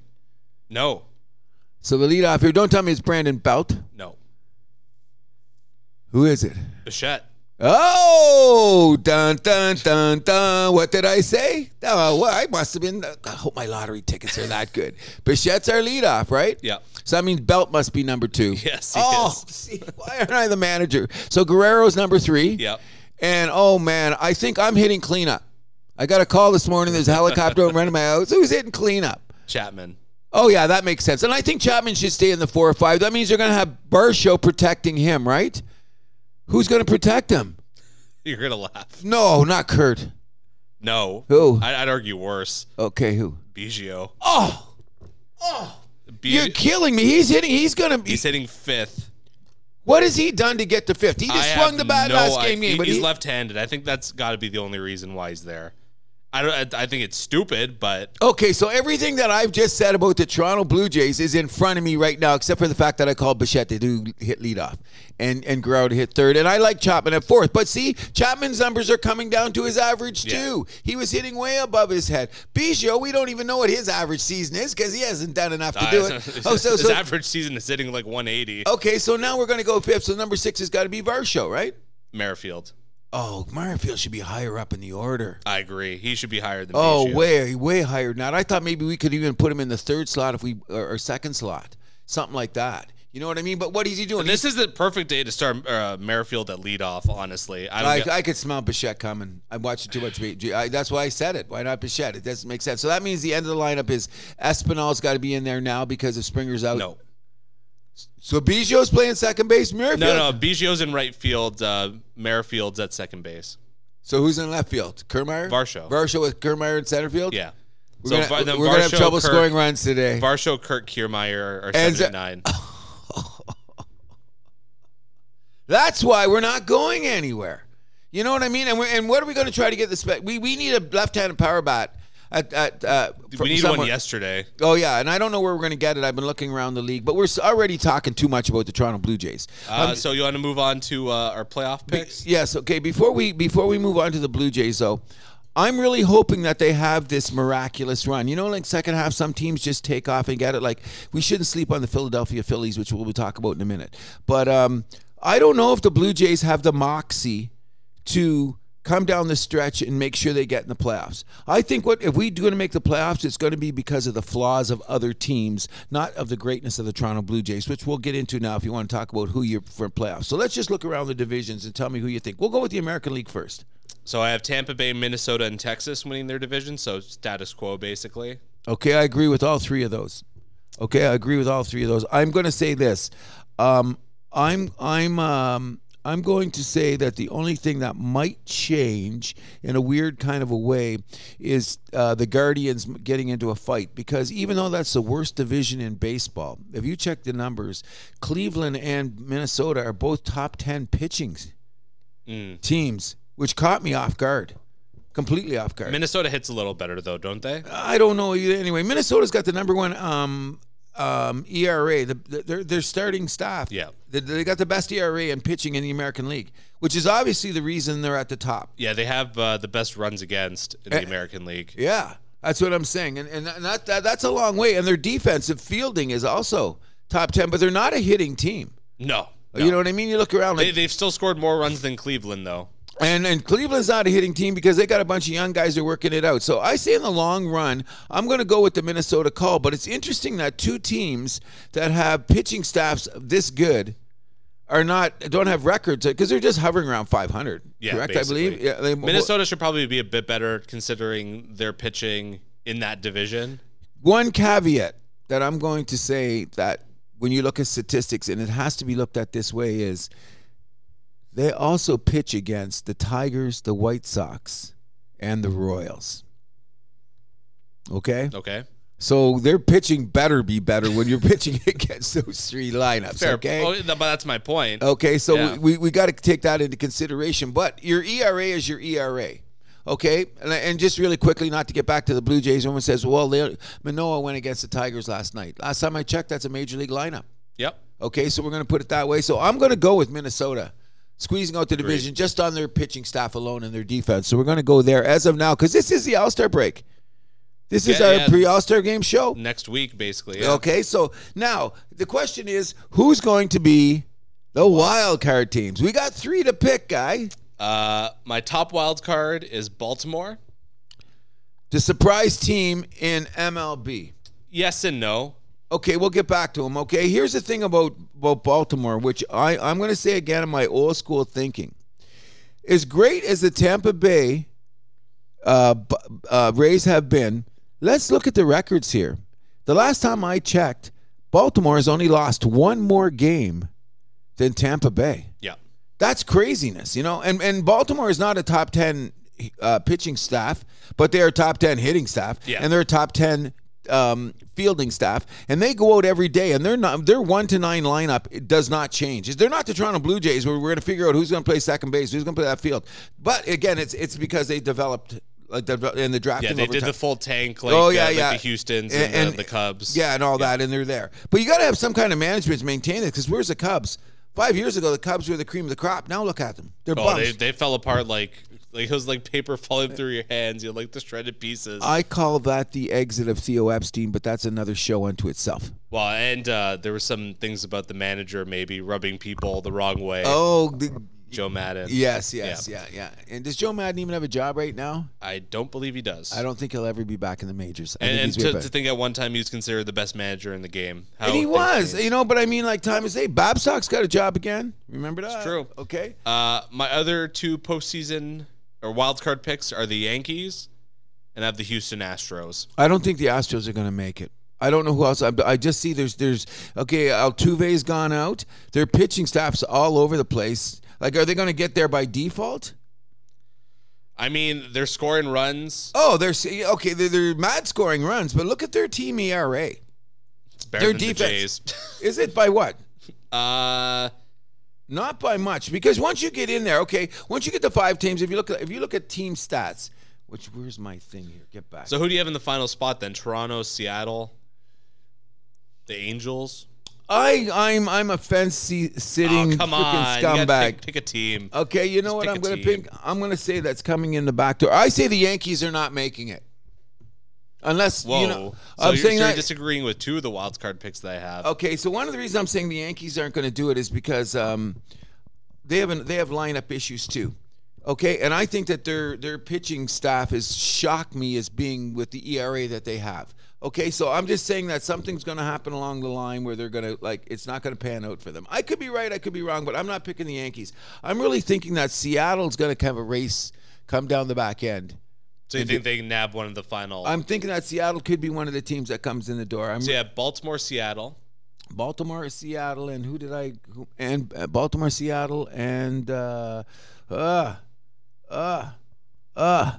No,
So the leadoff hitter, don't tell me it's Brandon Belt.
no,
Who is it?
Bichette.
Oh, dun dun dun dun. What did I say? Oh, well, I must have been. I hope my lottery tickets are that
[LAUGHS]
good. Bichette's our leadoff, right?
Yeah.
So that means Belt must be number two.
Yes, he
Oh, [LAUGHS]
is.
see, why aren't I the manager? So Guerrero's number three.
Yep.
And oh man, I think I'm hitting cleanup. I got a call this morning. There's a helicopter over running my house. Who's hitting cleanup?
Chapman. [LAUGHS]
Oh yeah, that makes sense. And I think Chapman should stay in the four or five. That means you're going to have Barshow protecting him, right? Who's going to protect him?
You're gonna laugh.
No, not Kurt.
No.
Who?
I'd, I'd argue worse.
Okay, who?
Biggio.
Oh, you're
Big-
killing me. He's hitting. He's gonna be.
he's hitting fifth.
What has he done to get to fifth? He
I
just
have
swung the bat
no
last
idea.
game,
He-
game, but
he's
he,
left-handed. I think that's got to be the only reason why he's there. I don't. I, I think it's stupid, but
Okay, so everything that I've just said about the Toronto Blue Jays is in front of me right now, except for the fact that I called Bichette to do hit leadoff. and and Gerard hit third, and I like Chapman at fourth. But see, Chapman's numbers are coming down to his average
Yeah.
too. He was hitting way above his head. Biggio, we don't even know what his average season is because he hasn't done enough to
[LAUGHS]
do it. Oh, so Oh.
his
so
average season is hitting like 180.
okay, so now we're gonna go fifth. So number six has got to be Varsho, right?
Merrifield.
Oh, Merrifield should be higher up in the order.
I agree. He should be higher than
Oh,
Biggio.
way, way higher now. I thought maybe we could even put him in the third slot if we or, or second slot, something like that. You know what I mean? But what is he doing?
This is the perfect day to start uh, Merrifield at leadoff, honestly. I don't
I,
get-
I could smell Bichette coming. I'm watching too much. BG. I, that's why I said it. Why not Bichette? It doesn't make sense. So that means the end of the lineup is Espinal's got to be in there now because if Springer's out.
no.
So Biggio's playing second base. Merrifield.
No, no. Biggio's in right field. Uh, Merrifield's at second base.
So who's in left field? Kermeyer.
Varsho.
Varsho with Kermeyer in center field.
Yeah.
We're
So
gonna,
Va- then
we're gonna have
Varsho,
trouble
Kirk-
scoring runs today.
Varsho, Kirk, Kiermeyer are
And- uh, oh,
79.
That's why we're not going anywhere. You know what I mean? And, we're, and what are we going to try to get the spec? We, we need a left-handed power bat. At, at, uh, from
we need
somewhere.
one yesterday.
Oh yeah, and I don't know where we're going to get it. I've been looking around the league, but we're s- already talking too much about the Toronto Blue Jays. Um,
Uh, so you want to move on to uh, our playoff picks?
Yes, okay. Before we before we move on to the Blue Jays, though, I'm really hoping that they have this miraculous run. You know, like second half, some teams just take off and get it. Like we shouldn't sleep on the Philadelphia Phillies, which we'll talk about in a minute. But um, I don't know if the Blue Jays have the moxie to come down the stretch and make sure they get in the playoffs. I think what if we do going to make the playoffs, it's going to be because of the flaws of other teams, not of the greatness of the Toronto Blue Jays, which we'll get into now if you want to talk about who you're for playoffs. So let's just look around the divisions and tell me who you think. We'll go with the American League first.
So I have Tampa Bay, Minnesota, and Texas winning their division. So status quo, basically.
Okay, I agree with all three of those. Okay, I agree with all three of those. I'm going to say this. Um, I'm I'm um, I'm going to say that the only thing that might change in a weird kind of a way is uh, the Guardians getting into a fight because even though that's the worst division in baseball, if you check the numbers, Cleveland and Minnesota are both top ten pitchings teams, which caught me off guard, completely off guard.
Minnesota hits a little better though, don't they?
I don't know either. Anyway, Minnesota's got the number one um, um, ERA. The, the, their, their starting staff.
Yeah.
They, they got the best ERA in pitching in the American League, which is obviously the reason they're at the top.
Yeah, they have uh, the best runs against in
eh,
the American League.
Yeah, that's what I'm saying, and and that, that that's a long way. And their defensive fielding is also top ten, but they're not a hitting team.
No,
You
no.
know what I mean? You look around, like,
they, they've still scored more runs than Cleveland though.
And and Cleveland's not a hitting team because they got a bunch of young guys who are working it out. So I say in the long run, I'm going to go with the Minnesota call. But it's interesting that two teams that have pitching staffs this good are not don't have records because they're just hovering around 500.
Yeah,
correct, I believe.
basically.
Yeah, they,
Minnesota should probably be a bit better considering their pitching in that division.
One caveat that I'm going to say that when you look at statistics, and it has to be looked at this way, is they also pitch against the Tigers, the White Sox, and the Royals. Okay?
Okay,
So their pitching better be better when you're [LAUGHS] pitching against those three lineups.
fair.
Okay.
Oh, th- but that's my point.
Okay, so
Yeah.
we, we, we got to take that into consideration. But your ERA is your ERA. Okay, and, and just really quickly, not to get back to the Blue Jays, everyone says, well, they, Manoa went against the Tigers last night. Last time I checked, that's a major league lineup.
Yep.
Okay, so we're going to put it that way. So I'm going to go with Minnesota, squeezing out the division just on their pitching staff alone and their defense. So we're going to go there as of now because this is the All Star break. This is
Yeah,
our
yeah.
pre All Star game show.
Next week, basically. yeah.
Okay, so now the question is, who's going to be the wild card teams? We got three to pick, guy.
Uh, my top wild card is Baltimore.
The surprise team in MLB.
Yes and no.
Okay, we'll get back to him. Okay, here's the thing about, about Baltimore, which I, I'm going to say again in my old school thinking. As great as the Tampa Bay uh, B- uh, Rays have been, let's look at the records here. The last time I checked, Baltimore has only lost one more game than Tampa Bay.
Yeah.
That's craziness, you know. And and Baltimore is not a top ten uh, pitching staff, but they are top ten hitting staff,
Yeah.
and they're top ten um, fielding staff, and they go out every day, and they're not their one to nine lineup it does not change. They're not the Toronto Blue Jays where we're going to figure out who's going to play second base, who's going to play that field. But again, it's it's because they developed. Like deve- in the drafting,
Yeah, they
over
did
time.
the full tank like,
Oh,
oh,
yeah,
yeah, like
yeah.
the Houstons
And-
and, uh,
and-
the, the Cubs.
Yeah, and all that, and they're there. But you got to have some kind of management to maintain it because where's the Cubs? Five years ago, the Cubs were the cream of the crop. Now look at them. They're
Oh,
bums.
they, they fell apart like like it was like paper [LAUGHS] falling through your hands. You know, like the shredded pieces.
I call that the exit of Theo Epstein, but that's another show unto itself.
well, and uh, there were some things about the manager maybe rubbing people the wrong way.
Oh, the,
Joe Madden.
yes, yes, yeah. yeah, And does Joe Madden even have a job right now?
I don't believe he does.
I don't think he'll ever be back in the majors. I
and
think
and
he's way
to,
back.
to Oh, think at one time he was considered the best manager in the game. How
And he
things
was,
changed.
you know, but I mean, like time is eight. Bob Stock's got a job again. Remember that?
true.
Okay.
Uh, my other two postseason or wild card picks are the Yankees, and I have the Houston Astros.
I don't think the Astros are going to make it. I don't know who else. I, I just see there's there's okay. Altuve's gone out. Their pitching staff's all over the place. Like, are they going to get there by default?
I mean, they're scoring runs.
Oh, they're see- okay. They're, they're mad scoring runs, but look at their team ERA.
It's better
their
than the
defense-
Jays. [LAUGHS]
Is it by what?
uh,
Not by much, because once you get in there, okay. Once you get the five teams, if you look at if you look at team stats, which where's my thing here? Get back.
so who do you have in the final spot then? Toronto, Seattle, the Angels.
I I'm I'm a fancy sitting
Oh, come on,
freaking
You gotta
scumbag. Uh,
Pick, pick a team.
Okay, you know
Just
what
pick
I'm
a
going to
team.
pick? I'm going to say that's coming in the back door. I say the Yankees are not making it. Unless
Whoa!
you know,
so
I'm
you're,
saying
you're
that. Oh,
disagreeing with two of the wild card picks that I have.
okay, so one of the reasons I'm saying the Yankees aren't going to do it is because um, they have an, they have lineup issues too. Okay, and I think that their their pitching staff has shocked me as being with the ERA that they have. Okay, so I'm just saying that something's going to happen along the line where they're going to like it's not going to pan out for them. I could be right, I could be wrong, but I'm not picking the Yankees. I'm really thinking that Seattle's going to have a race come down the back end.
So you think they can nab one of the final?
I'm thinking that Seattle could be one of the teams that comes in the door. I'm
so yeah, Baltimore, Seattle.
Baltimore, Seattle, and who did I? Who, and uh, Baltimore, Seattle, and uh, uh, uh, uh,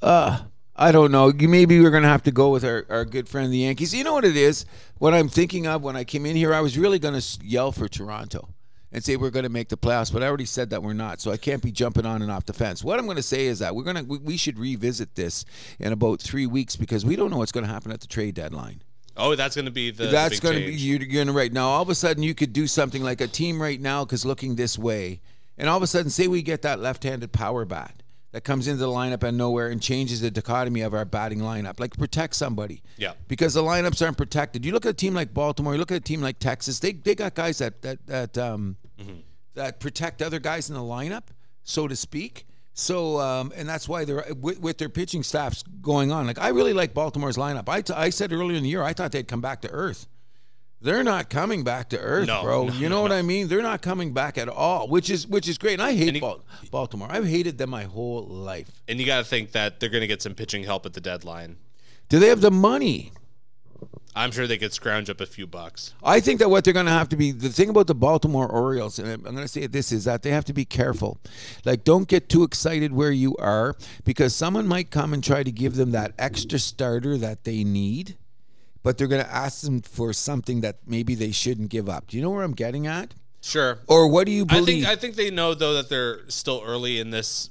uh. I don't know. You- Maybe we're gonna have to go with our, our good friend the Yankees. You know what it is? What I'm thinking of when I came in here, I was really gonna s- yell for Toronto and say we're gonna make the playoffs, but I already said that we're not, so I can't be jumping on and off the fence. What I'm gonna say is that we're gonna we, we should revisit this in about three weeks because we don't know what's gonna happen at the trade deadline.
Oh, that's going to be the. the
That's
big
going to be
change.
you're going to right now. All of a sudden, you could do something like a team right now because looking this way, and all of a sudden, say we get that left-handed power bat that comes into the lineup and nowhere and changes the dichotomy of our batting lineup, like protect somebody.
Yeah.
Because the lineups aren't protected. You look at a team like Baltimore. You look at a team like Texas. They they got guys that that that um that protect other guys in the lineup, so to speak. So, um, and that's why they're with, with their pitching staffs going on. Like, I really like Baltimore's lineup. I, t- I said earlier in the year, I thought they'd come back to earth. They're not coming back to earth, [LAUGHS]
No,
bro.
no,
you know what I mean? They're not coming back at all, which is which is great. And I hate
he-
Bal- Baltimore. I've hated them my whole life.
And you got to think that they're going to get some pitching help at the deadline.
Do they have the money?
I'm sure they could scrounge up a few bucks.
I think that what they're going to have to be the thing about the Baltimore Orioles, and I'm going to say this is that they have to be careful. Like, don't get too excited where you are because someone might come and try to give them that extra starter that they need, but they're going to ask them for something that maybe they shouldn't give up. Do you know where I'm getting at?
Sure.
Or what do you
I
believe?
think I think they know though that they're still early in this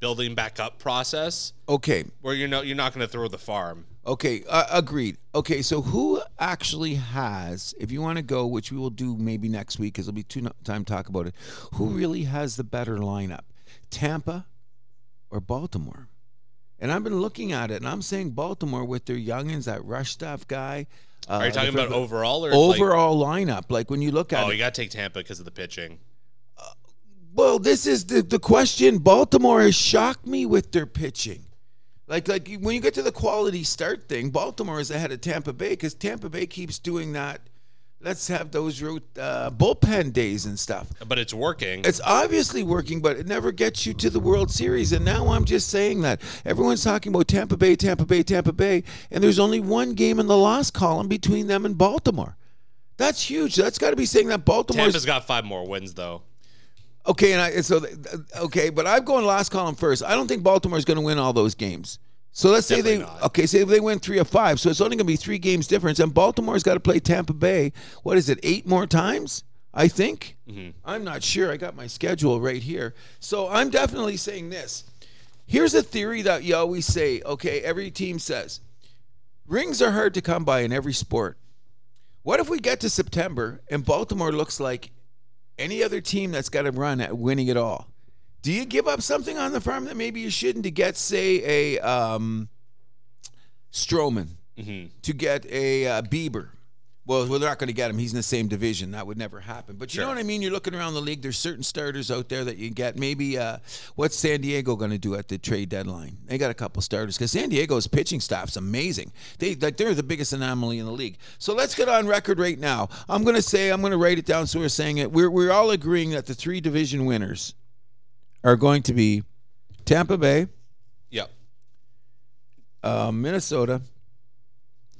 building back up process
okay,
where you know you're not going to throw the farm.
Okay, uh, agreed. Okay, so who actually has, if you want to go, which we will do maybe next week, because there'll be two no- time to talk about it. Who
Hmm.
really has the better lineup, Tampa or Baltimore? And I've been looking at it, and I'm saying Baltimore with their youngins, that rush stuff guy. Uh,
Are you talking about overall or Like,
overall lineup? Like when you look at
oh,
it,
you got to take Tampa because of the pitching.
Well, this is the, the question. Baltimore has shocked me with their pitching. Like, like when you get to the quality start thing, Baltimore is ahead of Tampa Bay because Tampa Bay keeps doing that. Let's have those root uh, bullpen days and stuff.
But it's working.
It's obviously working, but it never gets you to the World Series. And now I'm just saying that everyone's talking about Tampa Bay, Tampa Bay, Tampa Bay, and there's only one game in the loss column between them and Baltimore. That's huge. That's got to be saying that Baltimore's
Tampa's got five more wins though.
Okay, and I and so th- th- okay, but I'm going last column first. I don't think Baltimore's going to win all those games. So let's say they
Definitely not.
okay, say they win three of five. So it's only going to be three games difference, and Baltimore's got to play Tampa Bay. What is it? Eight more times, I think.
Mm-hmm.
I'm not sure. I got my schedule right here. So I'm definitely saying this. Here's a theory that you always say. Okay, every team says rings are hard to come by in every sport. What if we get to September and Baltimore looks like any other team that's got a run at winning it all, do you give up something on the farm that maybe you shouldn't to get, say, a um, Stroman,
Mm-hmm.
to get a uh, Bieber? Well, well, they're not going to get him. He's in the same division. That would never happen. But you know
Sure.
what I mean? You're looking around the league. There's certain starters out there that you get. Maybe uh, what's San Diego going to do at the trade deadline? They got a couple starters because San Diego's pitching staff's amazing. They like they're the biggest anomaly in the league. So let's get on record right now. I'm going to say I'm going to write it down. So we're saying it. We're we're all agreeing that the three division winners are going to be Tampa Bay,
Yep.
uh, Minnesota,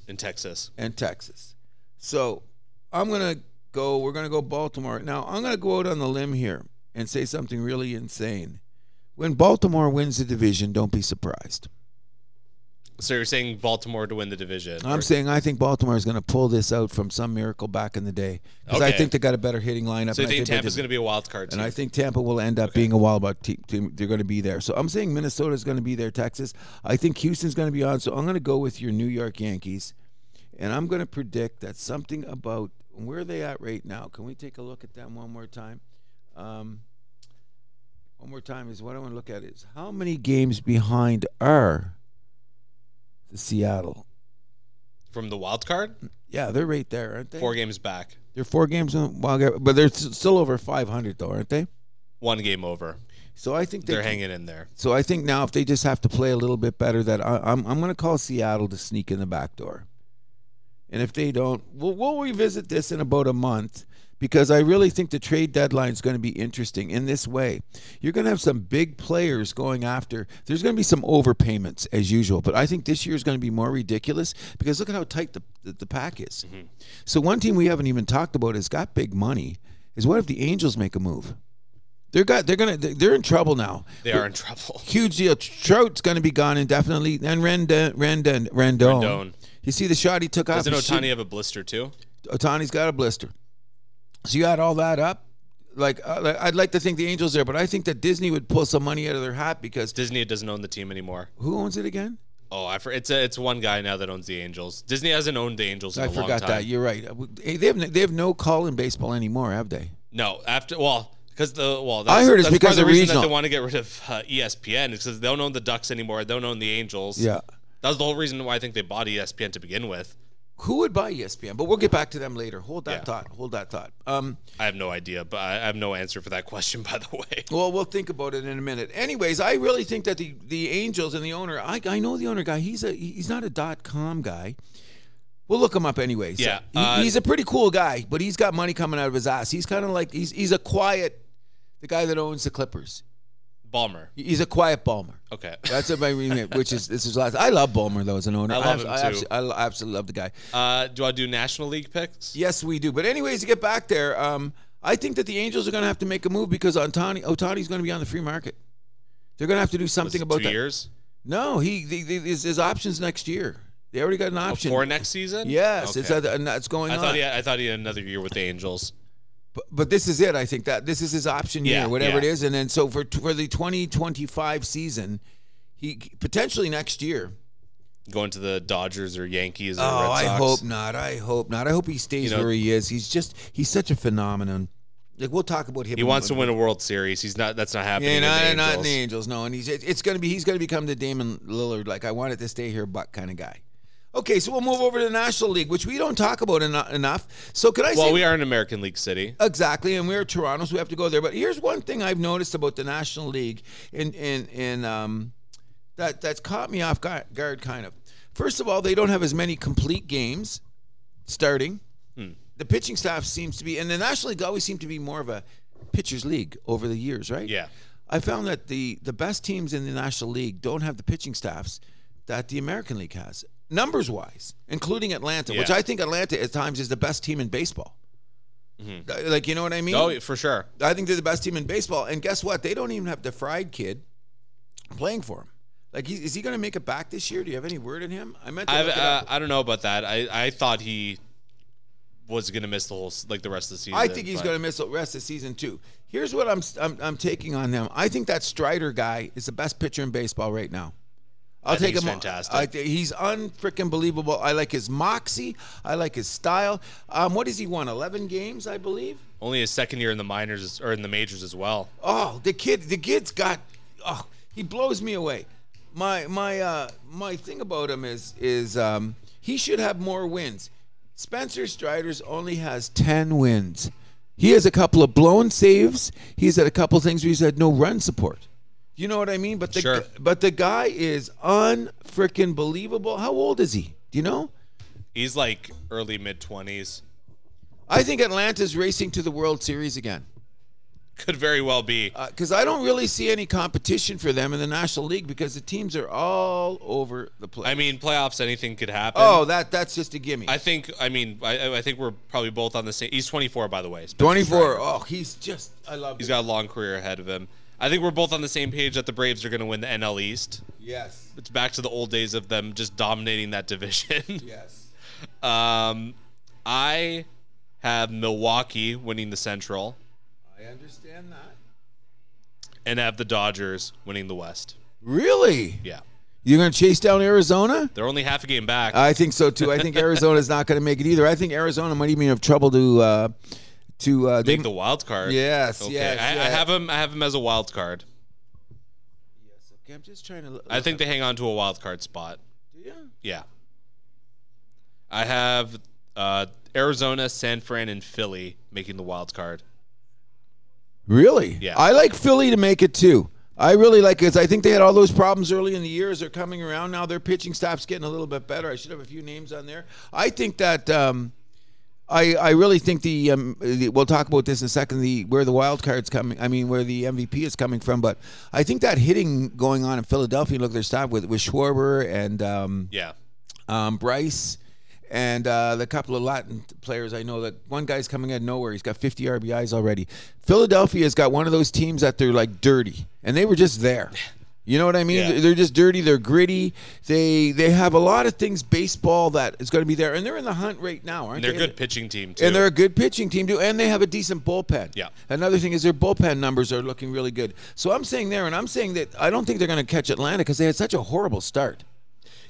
In Texas.
and Texas. So I'm gonna go. We're gonna go Baltimore now. I'm gonna go out on the limb here and say something really insane. When Baltimore wins the division, don't be surprised.
So you're saying Baltimore to win the division?
I'm
or-
saying I think Baltimore is going to pull this out from some miracle back in the day because I
Okay.
think they got a better hitting lineup.
so you
and I
think
they
Tampa's
did-
going to be a wild card team?
And I think Tampa will end up being a wild card team. team. They're going to be there. So I'm saying Minnesota is going to be there. Texas. I think Houston's going to be on. So I'm going to go with your New York Yankees, and I'm going to predict that something about where are they at right now. Can we take a look at them one more time? Um, one more time is what I want to look at is how many games behind are the Seattle.
From the wild card,
Yeah, they're right there, aren't they?
four games back,
They're four games in wild card, but they're s- still over 500 though, aren't they?
one game over.
So I think they
They are
can-
hanging in there.
So I think now if they just have to play a little bit better, that I, I'm I'm going to call Seattle to sneak in the back door. And if they don't, we'll, we'll revisit this in about a month because I really think the trade deadline is going to be interesting in this way. You're going to have some big players going after. There's going to be some overpayments as usual, but I think this year is going to be more ridiculous because look at how tight the, the, the pack is.
Mm-hmm.
So, one team we haven't even talked about has got big money is what if the Angels make a move? They're got they're gonna they're in trouble now
They are
[LAUGHS]
in trouble.
huge deal. Trout's going to be gone indefinitely. And Rendon, Rendon, Rendon.
Rendon.
You see the shot he took off.
Doesn't
his shoe-
Otani have a blister too?
Otani's got a blister. So you add all that up. Like uh, I'd like to think the Angels there, but I think that Disney would pull some money out of their hat because
Disney doesn't own the team anymore.
who owns it again?
Oh, I for, it's a, it's one guy now that owns the Angels. Disney hasn't owned the Angels in
I
a long
forgot
time.
that. You're right. Uh, Hey, They have no- they have no call in baseball anymore, have they?
No, after well, because the well, that's,
heard it's
that's
because
part of the
of
reason
regional.
that they want to get rid of uh, ESPN is because they don't own the Ducks anymore. They don't own the Angels.
Yeah.
that was the whole reason why I think they bought E ESPN to begin with.
Who would buy E ESPN? But we'll get back to them later. Hold that
Yeah.
thought. Hold that thought. Um,
I have no idea, but I, I have no answer for that [LAUGHS] question. By the way,
Well, we'll think about it in a minute. Anyways, I really think that the the Angels and the owner, I, I know the owner guy. He's a he's not a dot com guy. We'll look him up anyways.
Yeah,
He-
uh,
he's a pretty cool guy, but he's got money coming out of his ass. He's kind of like he's he's a quiet, the guy that owns the Clippers.
Balmer.
He's a quiet Balmer.
Okay,
That's what my remit, which is this is last. I love Balmer though as an owner.
I love
abs-
him,
I,
too.
abs- I lo- absolutely love the guy.
uh, do I do National League picks?
Yes, we do. But anyways, to get back there, um, I think that the Angels are going to have to make a move because Otani Otani's going to be on the free market. They're going to have to do
Was
something
it
about
two
that.
years
No, he, the the his, his options next year. They already got an option.
for next season.
yes, it's
Oh, Okay.
at, and that's going
I
on.
thought he had, I thought he had another year with the Angels.
but, but this is it. I think that this is his option
Yeah,
year, whatever
yeah.
it is. And then so for for the 2025 season, he potentially next year.
Going to the Dodgers or Yankees or
Oh,
Red Sox.
I hope not. I hope not. I hope he stays
You know-
where he is. He's just he's such a phenomenon. Like we'll talk about him.
He wants to win a World Series. He's not. That's not happening.
Yeah,
in
not, not in
the Angels.
the Angels. No, and he's it- it's gonna be he's gonna become the Damon Lillard like I wanted to stay here, but kind of guy. Okay, so we'll move over to the National League, which we don't talk about eno- enough. So could I
Well,
say
we are an American League city.
exactly? And we're Toronto, so we have to go there. But here's one thing I've noticed about the National League, and and and um, that that's caught me off guard, guard kind of. First of all, they don't have as many complete games starting.
Hmm.
The pitching staff seems to be, and the National League always seemed to be more of a pitchers league over the years, right?
Yeah.
I found that the the best teams in the National League don't have the pitching staffs that the American League has, numbers wise, including Atlanta, which
Yeah.
I think Atlanta at times is the best team in baseball. Uh, Like you know what I mean?
Mm-hmm. Oh, for sure.
I think they're the best team in baseball. And guess what? They don't even have the fried kid playing for him. Like, he's, is he going to make it back this year? Do you have any word in him? I meant to
I've,
look it
uh,
up.
I don't know about that. I, I thought he was gonna miss the whole s- like the rest of the season.
I think he's
but-
going to miss the rest of season two. Here's what I'm, I'm I'm taking on them. I think that Strider guy is the best pitcher in baseball right now. I'll
I
take
think he's
him.
fantastic.
I think he's unfreaking believable. I like his moxie. I like his style. Um, what has he won? Eleven games, I believe.
Only his second year in the minors is- or in the majors as well.
Oh, the kid, the kid's got. Oh, he blows me away. My my uh my thing about him is is um he should have more wins. Spencer Striders only has ten wins. He has a couple of blown saves. He's had a couple of things where he's had no run support. You know what I mean? But the
Sure.
but the guy is unfreaking believable. How old is he? Do you know?
He's like early mid twenties.
I think Atlanta's racing to the World Series again.
Could very well be.
because Uh, I don't really see any competition for them in the National League because the teams are all over the place.
I mean, playoffs, anything could happen.
oh, that that's just a gimme.
I think. I mean, I, I- I think we're probably both on the same. He's 24, by the way. Spencer Strider.
Twenty-four. Oh, he's just. I love.
He's
him.
got a long career ahead of him. I think we're both on the same page that the Braves are going to win the NL East.
Yes.
It's back to the old days of them just dominating that division. [LAUGHS]
Yes.
Um, I have Milwaukee winning the Central
I understand that.
and have the Dodgers winning the West.
Really?
Yeah.
You're going to chase down Arizona?
They're only half a game back.
I think so too. I think Arizona's not going to make it either. I think Arizona might even have trouble to uh, to uh, they,
Make the wild card.
Yes, yes,
I, I
yeah.
have him. I have him as a wild card.
Yes, okay, I'm just trying to. look-
I think they hang on to a wild card spot.
Do ya?
Yeah. I have uh, Arizona, San Fran, and Philly making the wild card.
Really?
Yeah.
I like Philly to make it too. I really like because I think they had all those problems early in the year. As they're coming around now, their pitching staff's getting a little bit better. I should have a few names on there. I think that um, I I really think the, um, the we'll talk about this in a second. The where the wild card's coming. I mean where the MVP is coming from. But I think that hitting going on in Philadelphia. Look, their staff with with Schwarber and um,
Yeah.
um, Bryce, and uh, the couple of Latin players I know. That one guy's coming out of nowhere. He's got 50 RBIs already. Philadelphia's got one of those teams that they're like dirty, and they were just there. You know what I mean?
Yeah.
They're just dirty. They're gritty. They they have a lot of things baseball that is going to be there, and they're in the hunt right now, aren't
They're a
they?
good pitching team too.
And they're a good pitching team too, and they have a decent bullpen.
Yeah.
Another thing is their bullpen numbers are looking really good. So I'm saying there, and I'm saying that I don't think they're going to catch Atlanta because they had such a horrible start.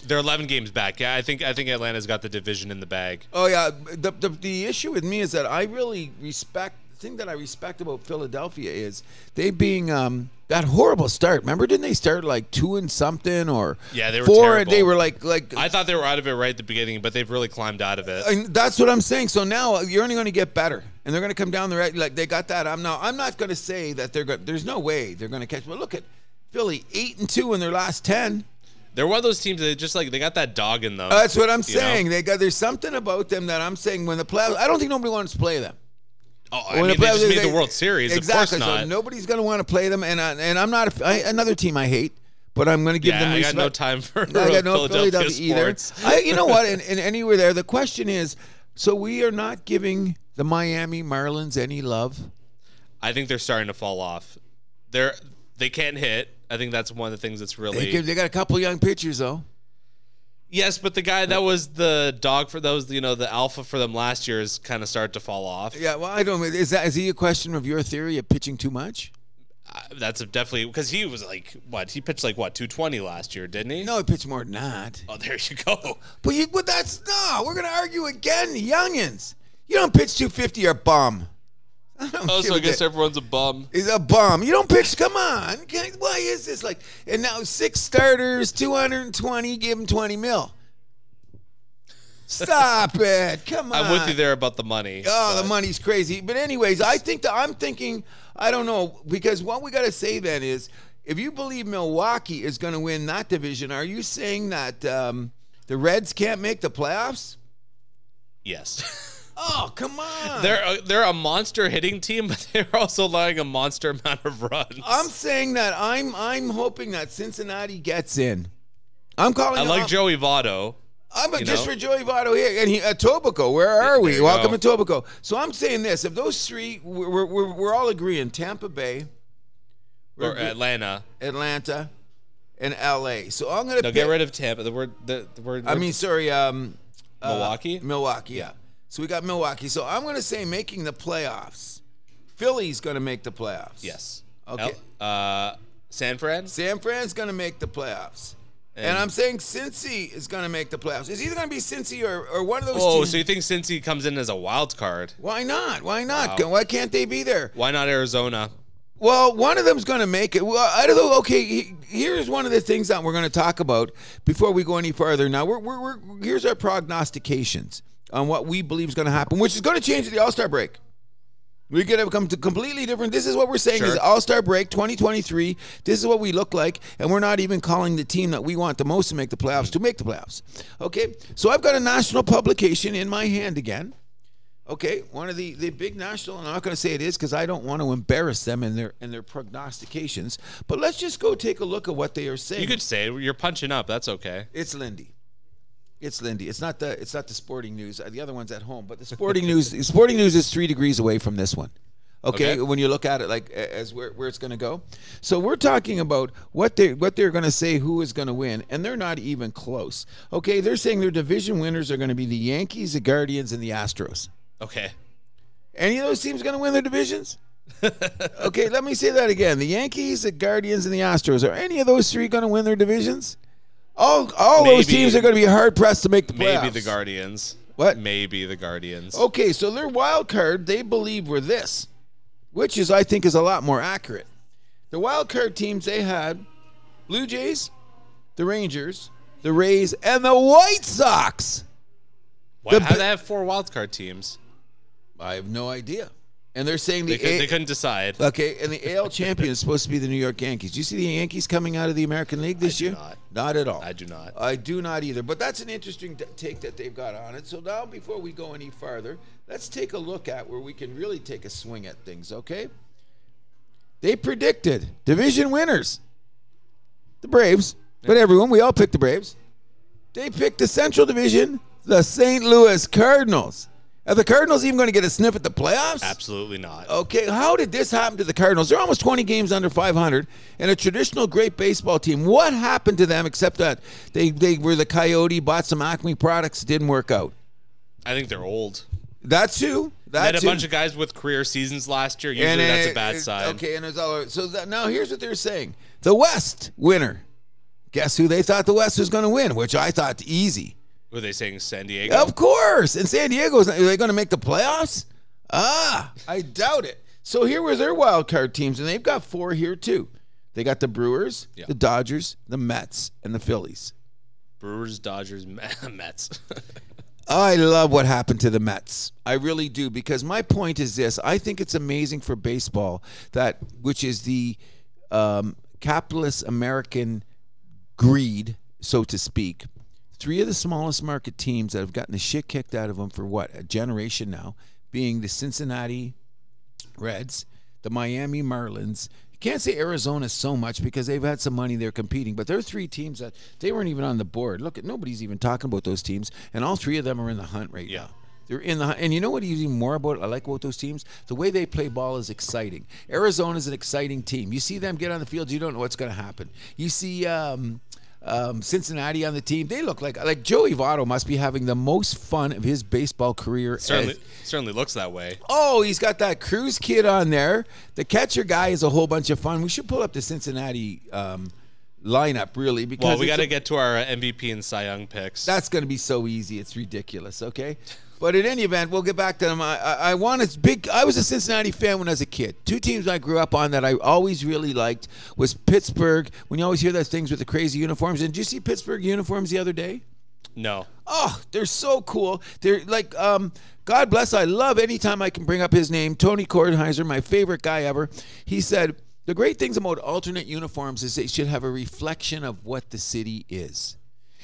They're 11 games back. Yeah, I think I think Atlanta's got the division in the bag.
Oh yeah, the, the the issue with me is that I really respect the thing that I respect about Philadelphia is they being um that horrible start. Remember, didn't they start like two and something or
Yeah, they were
four? And they
terrible.
were like like.
I thought they were out of it right at the beginning, but they've really climbed out of it.
and that's what I'm saying. So now you're only going to get better, and they're going to come down the right. Like they got that. I'm now. I'm not going to say that they're going. There's no way they're going to catch. But look at Philly, eight and two in their last ten.
They're one of those teams that just like they got that dog in them.
That's what I'm
You know?
saying. They got there's something about them that I'm saying when the playoffs. I don't think nobody wants to play them.
Oh, I
When
mean,
the
they
playoffs-
just made the World Series.
Exactly.
Of course
So
not.
nobody's going to want to play them, and I, and I'm not a f I another team I hate, but I'm going to give
yeah,
them
I got
respect.
no time for
I got
[LAUGHS]
no
Philadelphia,
Philadelphia either.
sports.
I, you know what? And, and anywhere there, the question is: so we are not giving the Miami Marlins any love.
I think they're starting to fall off. They're they can't hit. I think that's one of the things that's really
They, give, they got a couple young pitchers though.
yes. But the guy that was the dog for those, you know, the alpha for them last year is kind of started to fall off.
Yeah. Well, I don't. Is that is he a question of your theory of pitching too much?
I- that's definitely because he was like what he pitched like what two twenty last year, didn't he?
No, he pitched more than that.
Oh, there you
[LAUGHS]
go.
But you, but that's no. We're going to argue again, youngins. You don't pitch 250, you're a bum. I don't
Oh,
give
so I
a
guess
damn.
everyone's a bum.
is a bum. You don't pitch. Come on. Can- Why is this like? And now six starters, two hundred and twenty. Give him twenty mil.
[LAUGHS]
Stop it. Come on.
I'm with you there about the money.
Ah. Oh,
but-
the money's crazy. But anyways, I think that I'm thinking. I don't know because what we got to say then is, if you believe Milwaukee is going to win that division, are you saying that um, the Reds can't make the playoffs? [LAUGHS]
Yes.
Oh, come on.
They're a, they're a monster hitting team, [LAUGHS] but they're also allowing a monster amount of runs.
I'm saying that I'm I'm hoping that Cincinnati gets in. I'm calling.
[LAUGHS] I
it
like
out.
Joey Votto.
I'm a,
you
just
know?
for Joey Votto here, and he at Tobico. Where are
there
we?
you
Welcome
go.
to Tobico. So I'm saying this: if those three, we're we're, we're, we're all agreeing, Tampa Bay, we're
or
agree-
Atlanta.
Atlanta, and L.A. So I'm gonna
No,
pick,
get rid of Tampa. The word, the, the word.
I mean, sorry, um, uh,
Milwaukee?
Milwaukee, yeah. So we got Milwaukee. So I'm gonna say making the playoffs. Philly's gonna make the playoffs.
yes.
Okay.
El- uh, San Fran.
San Fran's gonna make the playoffs. And I'm saying Cincy is going to make the playoffs. It's either going to be Cincy or, or one of those
Oh,
teams.
so you think Cincy comes in as a wild card?
Why not? Why not?
Wow.
Why can't they be there?
Why not Arizona?
Well, one of them's going to make it. Well, I don't know. Okay, he- here's one of the things that we're going to talk about before we go any further. Now, we're, we're, we're here's our prognostications on what we believe is going to happen, which is going to change at the All Star break. We're going to come to completely different. This is what we're saying is
Sure.
All Star break 2023. This is what we look like, and we're not even calling the team that we want the most to make the playoffs to make the playoffs. Okay, so I've got a national publication in my hand again. Okay, one of the, the big national, and I'm not going to say it is because I don't want to embarrass them in their in their prognostications. But let's just go take a look at what they are saying.
You could say it. you're punching up. That's okay.
it's Lindy. It's Lindy. It's not the it's not the sporting news. Uh, The other one's at home, but the sporting [LAUGHS] news the sporting news is three degrees away from this one. Okay,
Okay.
when you look at it like a- as where, where it's going to go. So we're talking about what they what they're going to say who is going to win, and they're not even close. Okay, they're saying their division winners are going to be the Yankees, the Guardians, and the Astros.
Okay.
Any of those teams going to win their
[LAUGHS]
divisions? okay, let me say that again. The Yankees, the Guardians, and the Astros. Are any of those three going to win their divisions? All, all those
Maybe.
teams are going to be hard pressed to make the playoffs. Oh,
Maybe the Guardians.
What?
Maybe the Guardians.
Okay, so their wild card they believe were this, which is I think is a lot more accurate. The wild card teams they had: Blue Jays, the Rangers, the Rays, and the White Sox.
Why,
the
how do
bi-
they have four wild card teams?
I have no idea, and they're saying the
They, could,
A-
they couldn't decide.
Okay, and the AL champion is supposed to be the New York Yankees. Do you see the Yankees coming out of the American League this
do
year?
not.
at all.
I do not.
I do not either. But that's an interesting t- take that they've got on it. So now, before we go any farther, let's take a look at where we can really take a swing at things. Okay. They predicted division winners, the Braves. But everyone, we all picked the Braves. They picked the Central Division, the St. Louis Cardinals. Are the Cardinals even going to get a sniff at the playoffs?
Absolutely not.
Okay, how did this happen to the Cardinals? They're almost 20 games under 500 and a traditional great baseball team. What happened to them except that they, they were the Coyote, bought some Acme products, didn't work out?
I think they're old.
That's who.
They had
That's
a bunch of guys with career seasons last year. Usually that's a bad sign.
Okay, and it's all so that, now here's what they're saying. The West winner. Guess who they thought the West was going to win, which I thought easy.
Were they saying San Diego?
Of course. And San Diego's not, are they going to make the playoffs? Ah, I doubt it. So here were their wild card teams, and they've got four here too. They got the Brewers,
Yeah.
the Dodgers, the Mets, and the Phillies.
Brewers, Dodgers, [LAUGHS] Mets.
I love what happened to the Mets. I really do because my point is this: I think it's amazing for baseball that, which is the um, capitalist American greed, so to speak. Three of the smallest market teams that have gotten the shit kicked out of them for what a generation now, being the Cincinnati Reds, the Miami Marlins. You can't say Arizona so much because they've had some money they're competing, but they're three teams that they weren't even on the board. Look at nobody's even talking about those teams, and all three of them are in the hunt right
Yeah.
now. They're in the hunt. and you know what? Even more about I like about those teams. The way they play ball is exciting. Arizona's an exciting team. You see them get on the field, you don't know what's going to happen. You see. Um, um, Cincinnati on the team, they look like like Joey Votto must be having the most fun of his baseball career.
certainly,
as-
certainly looks that way.
Oh, he's got that Cruz kid on there. The catcher guy is a whole bunch of fun. We should pull up the Cincinnati um, lineup really because
Well, we
it's
got to
a-
get to our uh, MVP and Cy Young picks.
that's going to be so easy. It's ridiculous. Okay, but in any event, we'll get back to them. I, I, I want to big. I was a Cincinnati fan when I was a kid. Two teams I grew up on that I always really liked was Pittsburgh. When you always hear those things with the crazy uniforms, and did you see Pittsburgh uniforms the other day?
no.
Oh, they're so cool. They're like, um, God bless. I love anytime I can bring up his name, Tony Kornheiser, my favorite guy ever. He said, The great things about alternate uniforms is they should have a reflection of what the city is.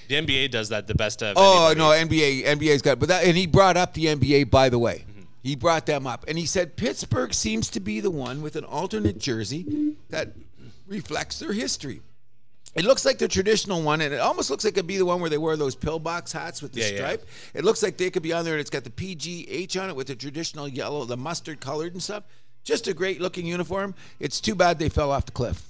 The NBA does that the best of.
Oh
anybody.
no, NBA, NBA's got, but that, and he brought up the NBA. By the way,
Mm-hmm.
he brought them up, and he said Pittsburgh seems to be the one with an alternate jersey that reflects their history. It looks like the traditional one, and it almost looks like it'd be the one where they wear those pillbox hats with the
Yeah, yeah.
stripe. It looks like they could be on there, and it's got the PGH on it with the traditional yellow, the mustard colored and stuff. Just a great looking uniform. It's too bad they fell off the cliff.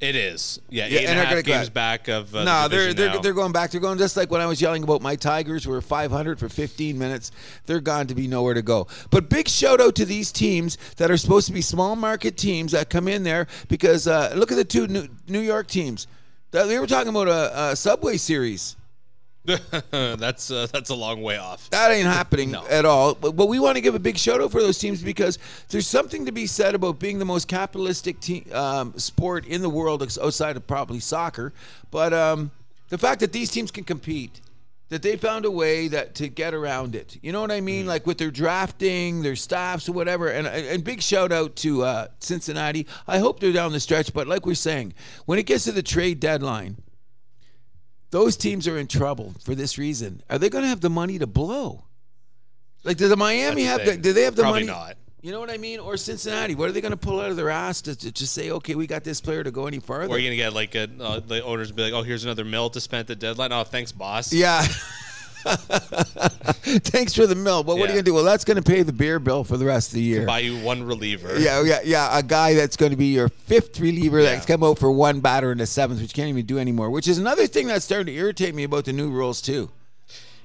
It is. Yeah,
Yeah,
eight
and
and
I
a
gotta
half
go
games
back.
back of. Uh,
No, they're
the division
they're
now.
they're going back. They're going just like when I was yelling about my Tigers were 500 for 15 minutes. They're gone to be nowhere to go. But big shout out to these teams that are supposed to be small market teams that come in there because uh, look at the two New, New York teams. That- They were talking about a, a Subway series.
[LAUGHS] that's uh, that's a long way off.
That ain't happening
No.
at all. But, but we want to give a big shout out for those teams because there's something to be said about being the most capitalistic te- um, sport in the world ex- outside of probably soccer. But um, the fact that these teams can compete, that they found a way that to get around it. You know what I mean? Like with their drafting, their staffs, or whatever. And and big shout out to uh, Cincinnati. I hope they're down the stretch. But like we're saying, when it gets to the trade deadline. Those teams are in trouble for this reason. Are they going to have the money to blow? Like, does the Miami
That's
have?
the
The,
thing.
do they have the
Probably
money?
not.
You know what I mean? Or Cincinnati? What are they going to pull out of their ass to, to, to say, okay, we got this player to go any farther?
Or are you gonna get like a, uh, the owners be like, oh, here's another mill to spend at the deadline. Oh, thanks, boss.
yeah. [LAUGHS] Thanks for the milk. Well, what are you
Yeah.
going to do? Well, that's going to pay the beer bill for the rest of the year.
Buy you one reliever.
Yeah, oh, yeah, yeah. A guy that's going to be your fifth reliever that's
Yeah.
come out for one batter in the seventh, which you can't even do anymore. Which is another thing that's starting to irritate me about the new rules too.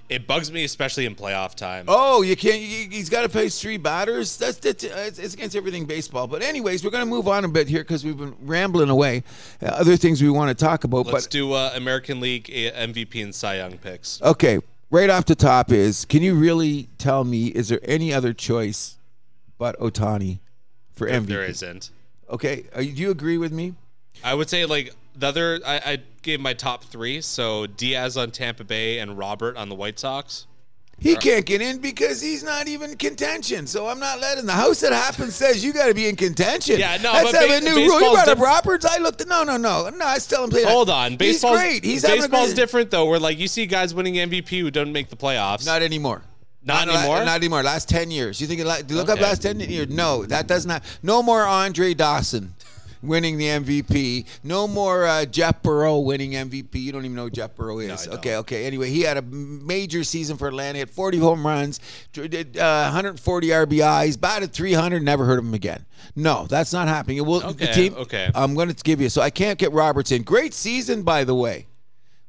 It bugs me especially in playoff time.
Oh, you can't. You, he's got to face three batters. That's, that's it's, it's against everything baseball. But anyways, we're going to move on a bit here because we've been rambling away. Uh, other things we want to talk about.
Let's
but
do uh, American League uh, MVP and Cy Young picks.
okay, right off the top is can you really tell me is there any other choice but Otani for MVP?
There isn't.
Okay, are you, do you agree with me?
I would say like the other. I, I gave my top three. So Diaz on Tampa Bay and Robert on the White Sox.
He can't get in because he's not even contention. So I'm not letting the house that happens says you got to be in contention.
Yeah, no,
Let's
but
have
ba-
a new rule. You
baseball's
brought up
diff-
Roberts. I looked. at No, no, no, no. I still am playing.
[LAUGHS] Hold on, baseball's
He's great. He's having a
baseball's
great-
different though. Where like you see guys winning MVP who don't make the playoffs.
Not anymore.
Not
la-
anymore?
not anymore. Last ten years. You think? it la- do you look
Okay.
up last ten years. No, that does not. No more Andre Dawson winning the MVP. No more uh, Jeff Burrow winning MVP. You don't even know who Jeff Burrow is.
don't.
okay, okay. Anyway, he had a major season for Atlanta. Hit forty home runs, tr- did, uh, 140 RBIs, batted 300. Never heard of him again. No, that's not happening. It will. the
Okay,
team,
okay.
I'm going to give you. So I can't get Roberts in. Great season, by the way.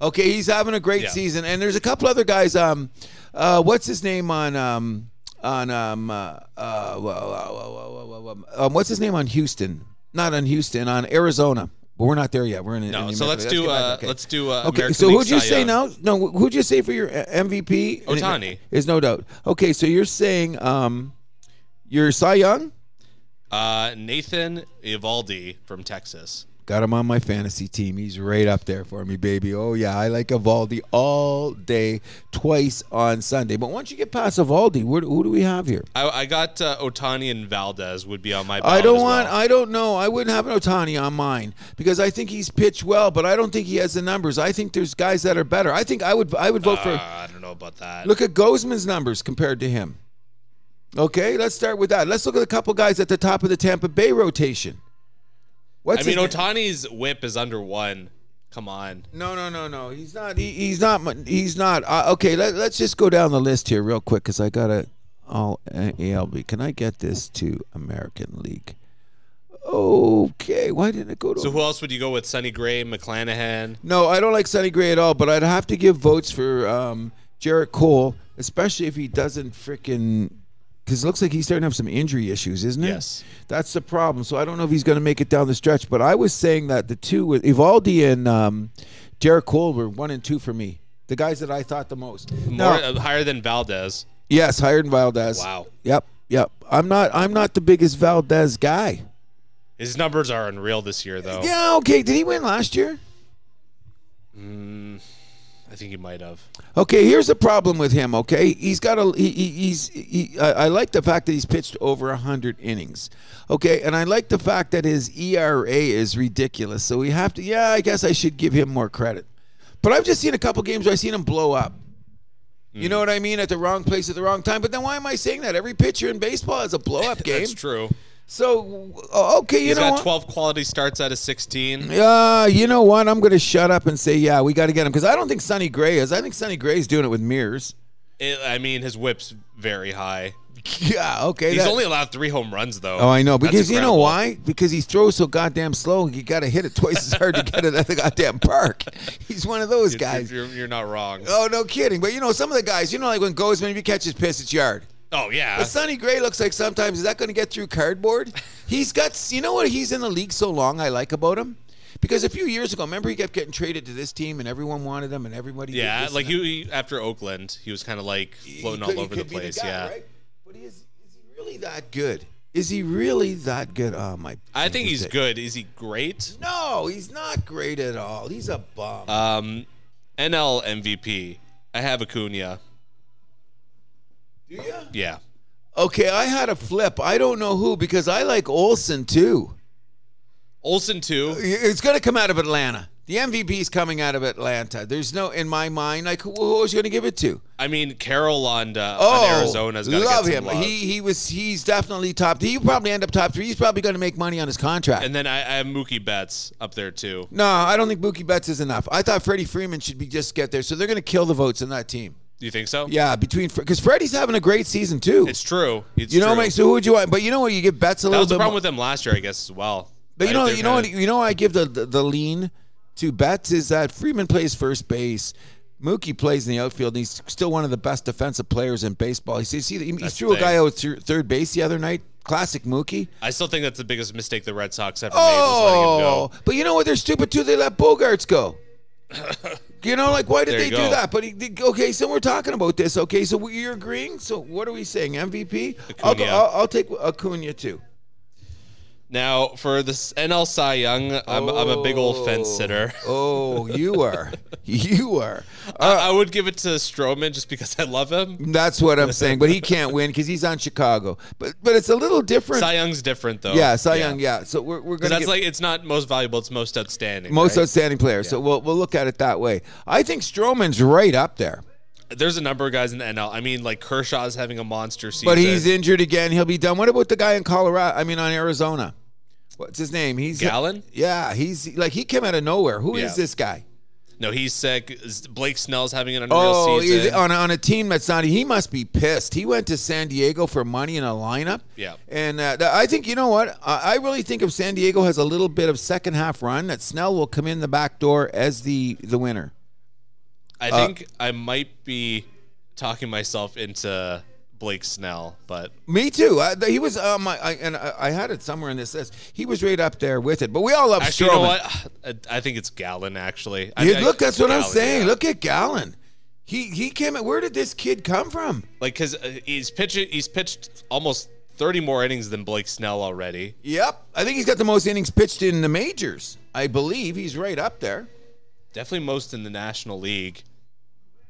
Okay, he's having a great
Yeah.
season, and there's a couple other guys. Um, uh, what's his name on um on um uh, uh whoa, whoa, whoa, whoa, whoa, whoa, um, um what's his name on Houston? Not on Houston, on Arizona. But we're not there yet. We're in.
No,
in
so let's do,
get back.
uh, let's do, uh,
okay,
American
so
League
who'd you
Cy
say
Young.
now? No, who'd you say for your uh, MVP? And it
Ohtani.
is no doubt. Okay, so you're saying um, you're Cy Young.
Uh, Nathan Ivaldi from Texas.
Got him on my fantasy team. He's right up there for me, baby. Oh yeah, I like Avaldi all day, twice on Sunday. But once you get past Avaldi, where, who do we have here?
I, I got uh, Otani and Valdez would be on my.
I
ballot
don't
Oh, as
want.
well.
I don't know. I wouldn't have an Otani on mine because I think he's pitched well, but I don't think he has the numbers. I think there's guys that are better. I think I would. I would vote
Uh,
for.
I don't know about that.
Look at Gozman's numbers compared to him. Okay, let's start with that. Let's look at a couple guys at the top of the Tampa Bay rotation. What's
I mean,
his-
Otani's whip is under one. Come on.
No, no, no, no. He's not. He, he's not. mu- He's not. Uh, okay, let, let's just go down the list here real quick because I got to all uh, ALB. Can I get this to American League? Okay. Why didn't it go to?
So who else would you go with? Sonny Gray, McClanahan.
no, I don't like Sonny Gray at all. But I'd have to give votes for um, Jarrett Cole, especially if he doesn't freaking. Because it looks like he's starting to have some injury issues, isn't it?
Yes.
That's the problem. So I don't know if he's going to make it down the stretch. But I was saying that the two, with Ivaldi and um, Derek Cole, were one and two for me. The guys that I thought the most.
More
Now,
uh, higher than Valdez.
yes, higher than Valdez.
Wow.
Yep. Yep. I'm not. I'm not the biggest Valdez guy.
His numbers are unreal this year, though.
Yeah. Okay. Did he win last year?
I think he might have.
Okay, here's the problem with him. Okay, he's got a he, he, he's he, I, I like the fact that he's pitched over hundred innings. Okay, and I like the fact that his ERA is ridiculous. So we have to. Yeah, I guess I should give him more credit. But I've just seen a couple games where I've seen him blow up. You
Hmm.
know what I mean? At the wrong place at the wrong time. But then why am I saying that? Every pitcher in baseball has a blow up game.
[LAUGHS] That's true.
So o- okay, you
He's
know
got
what?
12 quality starts out of 16.
Uh, you know what? I'm going to shut up and say, yeah, we got to get him because I don't think Sonny Gray is. I think Sonny Gray's doing it with mirrors.
It- I mean, his whip's very high.
[LAUGHS] Yeah, okay.
He's
that-
only allowed three home runs, though.
Oh, I know
That's
because you know why?
incredible.
Because he throws so goddamn slow. You got to hit it twice as hard to get it at the goddamn park. [LAUGHS] He's one of those
You're-
guys.
You're, you're not wrong.
Oh, no kidding. But you know, some of the guys, you know, like when Gozman, if you catch his piss, it's yard.
Oh, yeah.
But Sonny Gray looks like
[LAUGHS]
sometimes is that going to get through cardboard? He's got. You know what? He's in the league so long. I like about him Because a few years ago, remember he kept getting traded to this team, and everyone wanted him, and everybody. did
Yeah,
this
like
and that.
he, he- after Oakland, he was kind of like
He
floating
could- he
all over the
could be
place.
guy,
yeah,
right? But is is he really that good? Is he really that good? Oh my!
I think he's
goodness.
good. Is he great?
No, he's not great at all. He's a bum.
Um, NL MVP. I have Acuna.
Do you?
Yeah,
Okay, I had a flip. I don't know who because I like Olson too.
Olson too.
It's going to come out of Atlanta. The MVP is coming out of Atlanta. There's no, in my mind, like who, who's going to give it to?
I mean, Carol on, uh,
Oh,
on Arizona's got to
love
get some
him.
love.
He he was he's definitely top. He probably end up top three. He's probably going to make money on his contract.
and then I, I have Mookie Betts up there too.
no, I don't think Mookie Betts is enough. I thought Freddie Freeman should be just get there. So they're going to kill the votes in that team.
Do you think so?
Yeah, between because Freddie's having a great season too.
it's true. It's
you know,
true.
Mike. So who would you want? But you know what? You give Betts a
that
little
was the
bit. more-
problem with them last year, I guess, as well.
But you
Like,
know,
they're
you know what?
kinda-
You know, I give the, the the lean to Betts is that Freeman plays first base. Mookie plays in the outfield, and he's still one of the best defensive players in baseball. He, see, he, he
That's
threw a
the
guy
thing.
out through third base the other night. Classic Mookie.
I still think that's the biggest mistake the Red Sox ever made. Was letting him
Oh,
go.
but you know what? They're stupid too. They let Bogarts
[LAUGHS]
go. You know, like why did
There
they
you
do
go.
that? But he, did- okay, so we're talking about this. Okay, so we- you're agreeing. So what are we saying? MVP? I'll, go,
Acuna.
I'll, I'll take Acuna too.
Now for this NL Cy Young, I'm, I'm a big old fence
Oh.
sitter.
Oh, you are, you are.
[LAUGHS] I, I would give it to Stroman just because I love him.
That's what I'm saying. But he can't win because he's on Chicago. But but it's a little different.
Cy Young's different though.
yeah, Cy Young. Yeah. So we're we're gonna
'Cause That's
get
like it's not most valuable; it's most outstanding.
most
right?
outstanding player. So we'll we'll look at it that way. I think Stroman's right up there,
There's a number of guys in the NL. I mean, like Kershaw's having a monster season.
but he's injured again. He'll be done. What about the guy in Colorado? I mean, on Arizona. What's his name? He's
Gallon?
Yeah, he's like he came out of nowhere. Who is
Yeah.
this guy?
no, he's sick. Blake Snell's having an unreal
Oh,
season.
he's on on a team that's not. He must be pissed. He went to San Diego for money in a lineup.
Yeah.
and uh, th- I think you know what I, I really think if San Diego has a little bit of second half run, that Snell will come in the back door as the the winner.
I
Uh,
think I might be talking myself into Blake Snell, but
Me too. I, th- he was um, my I, and I, I had it somewhere in this list. He was right up there with it. But we all love
actually,
Stroman.
you know what? [SIGHS] I, I think it's Gallon. Actually, I,
You-
I-
look, that's what I'm
Gallen,
saying.
yeah.
Look at Gallon. He he came. Where did this kid come from?
like because he's pitching, he's pitched almost 30 more innings than Blake Snell already.
Yep, I think he's got the most innings pitched in the majors. I believe he's right up there.
Definitely most in the National League.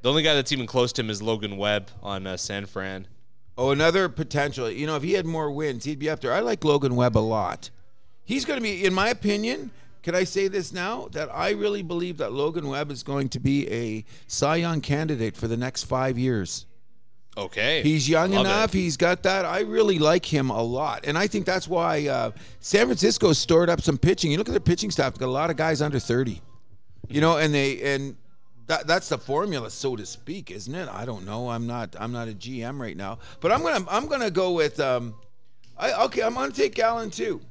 The only guy that's even close to him is Logan Webb on uh, San Fran.
Oh, another potential. You know, if he had more wins, he'd be up there. I like Logan Webb a lot. He's going to be, in my opinion, can I say this now? That I really believe that Logan Webb is going to be a Cy Young candidate for the next five years.
Okay,
He's young
Love it.
enough. He's got that. I really like him a lot. And I think that's why uh, San Francisco stored up some pitching. You look at their pitching staff, they've got a lot of guys under 30. You know, and they, and, that, that's the formula, so to speak, isn't it? I don't know. I'm not. I'm not a GM right now, but I'm gonna. I'm gonna go with. Um, I okay. I'm gonna take Allen too.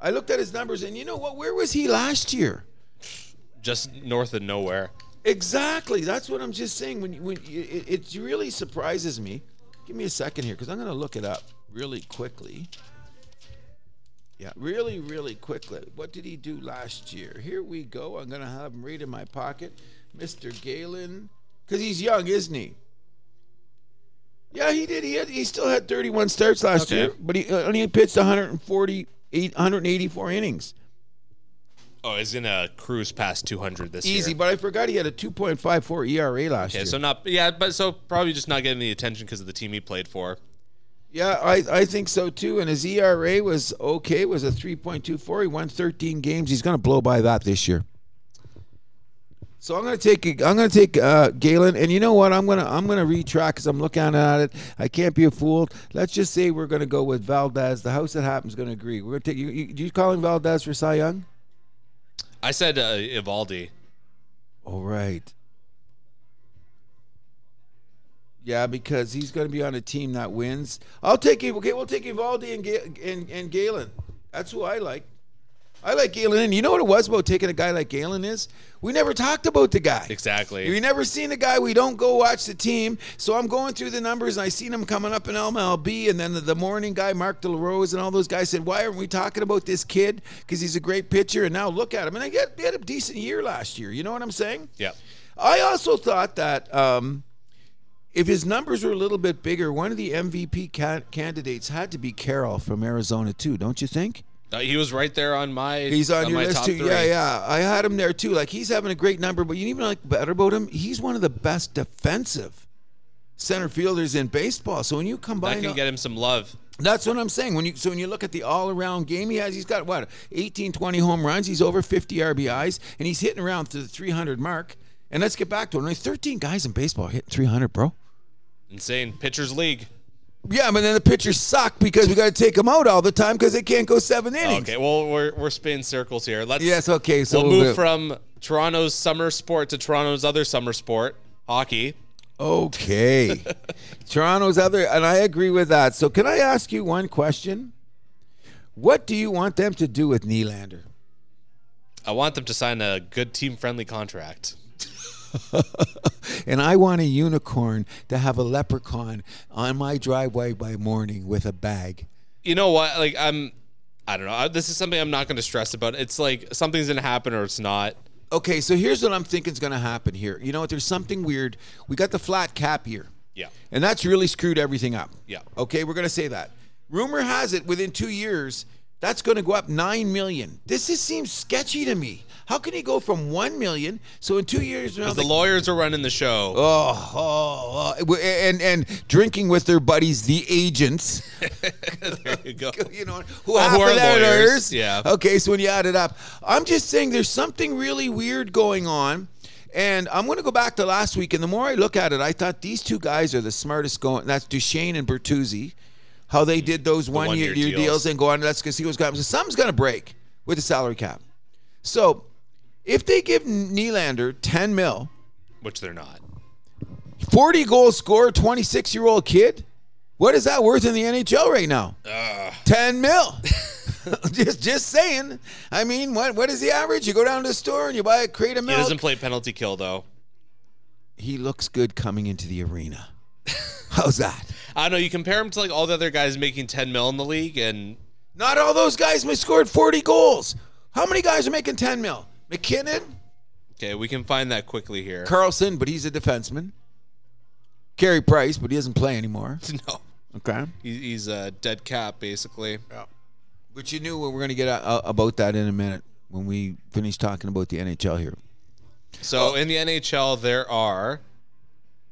I looked at his numbers, and you know what? Where was he last year?
just north of nowhere.
Exactly. That's what I'm just saying. When you- when you- it, it really surprises me. Give me a second here, because I'm gonna look it up really quickly. Yeah, really, really quickly. What did he do last year? Here we go. I'm gonna have him right in my pocket, Mr. Galen, because he's young, isn't he? Yeah, he did. He had, he still had 31 starts last
Okay.
year, but he uh, only pitched 148, 184 innings.
Oh, he's gonna cruise past 200 this year.
Easy, but I forgot he had a 2.54 ERA E last
Okay,
year.
so not yeah, but so probably just not getting the attention because of the team he played for.
Yeah, I, I think so too. And his ERA was okay, was a 3.24. He won 13 games. He's going to blow by that this year. So I'm going to take I'm going to take uh, Galen, and you know what? I'm going to I'm going to retract because I'm looking at it. I can't be a fool. Let's just say we're going to go with Valdez. The house that happens going to agree. We're going to take you. You, you calling Valdez for Cy Young?
I said uh, Ivaldi.
All right. Yeah, because he's going to be on a team that wins. I'll take okay. We'll take Ivaldi and Ga- and, and Galen. That's who I like. I like Galen. And you know what it was about taking a guy like Galen is? We never talked about the guy.
Exactly.
We never seen the guy. We don't go watch the team. So I'm going through the numbers and I seen him coming up in MLB. And then the, the morning guy, Mark DeLaRose, and all those guys said, Why aren't we talking about this kid? Because he's a great pitcher. And now look at him. And I get, he had a decent year last year. You know what I'm saying?
Yeah.
I also thought that um, if his numbers were a little bit bigger, one of the MVP ca- candidates had to be Carroll from Arizona, too, don't you think?
Uh, he was right there on my.
He's on, your
my
list
top
too.
Three.
Yeah, yeah. I had him there too. Like he's having a great number, but you even like better about him. He's one of the best defensive center fielders in baseball. So when you
I
combine,
can get him some love.
that's what I'm saying. When you so when you look at the all around game he has, he's got what 18, 20 home runs. He's over 50 RBIs, and he's hitting around to the 300 mark. And let's get back to it. Only 13 guys in baseball hit 300, bro.
Insane pitchers league.
Yeah, but then the pitchers suck because we got to take them out all the time because they can't go seven innings.
Okay, well we're we're spinning circles here. Let's
Yes. Okay. So
we'll move from Toronto's summer sport to Toronto's other summer sport, hockey.
Okay. Toronto's other, and I agree with that. So, can I ask you one question? What do you want them to do with Nylander?
I want them to sign a good team friendly contract.
And I want a unicorn to have a leprechaun on my driveway by morning with a bag.
You know what? Like I'm, I don't know. I- This is something I'm not going to stress about. It's like something's going to happen or it's not.
Okay, so here's what I'm thinking is going to happen here. You know what? There's something weird. We got the flat cap here.
Yeah.
And that's really screwed everything up.
Yeah.
Okay, we're gonna say that. Rumor has it within two years, that's gonna go up nine million. This just seems sketchy to me. How can he go from one million? So in two years now,
The lawyers are running the show.
oh, oh, oh, and and drinking with their buddies, the agents, Oh.
[LAUGHS] there you go.
[LAUGHS] you know, who
Well,
half
who
of
are
their
lawyers,
lawyers.
yeah.
Okay, so when you add it up, I'm just saying there's something really weird going on. And I'm going to go back to last week. And the more I look at it, I thought these two guys are the smartest going. That's Duchesne and Bertuzzi. How they did those one, year,
one-year
year deals.
deals
and go on. Let's go see what's going to happen. So something's going to break with the salary cap. So if they give Nylander 10 mil,
Which they're not.
40 goal scorer, 26 year old kid. What is that worth in the NHL right now?
Uh.
10
[LAUGHS]
mil. [LAUGHS] just just saying. I mean, what what is the average? You go down to the store and you buy a crate of
He
milk.
doesn't play penalty kill though.
He looks good coming into the arena. How's that?
I don't know. You compare him to like all the other guys making 10 mil in the league, and
Not all those guys may scored 40 goals. How many guys are making 10 mil? McKinnon,
okay, we can find that quickly here.
Carlson, but he's a defenseman. Carey Price, but he doesn't play anymore.
[LAUGHS] no,
Okay.
he, he's a dead cap basically.
But you knew we were going to get uh, about that in a minute when we finish talking about the NHL here.
So in the NHL, there are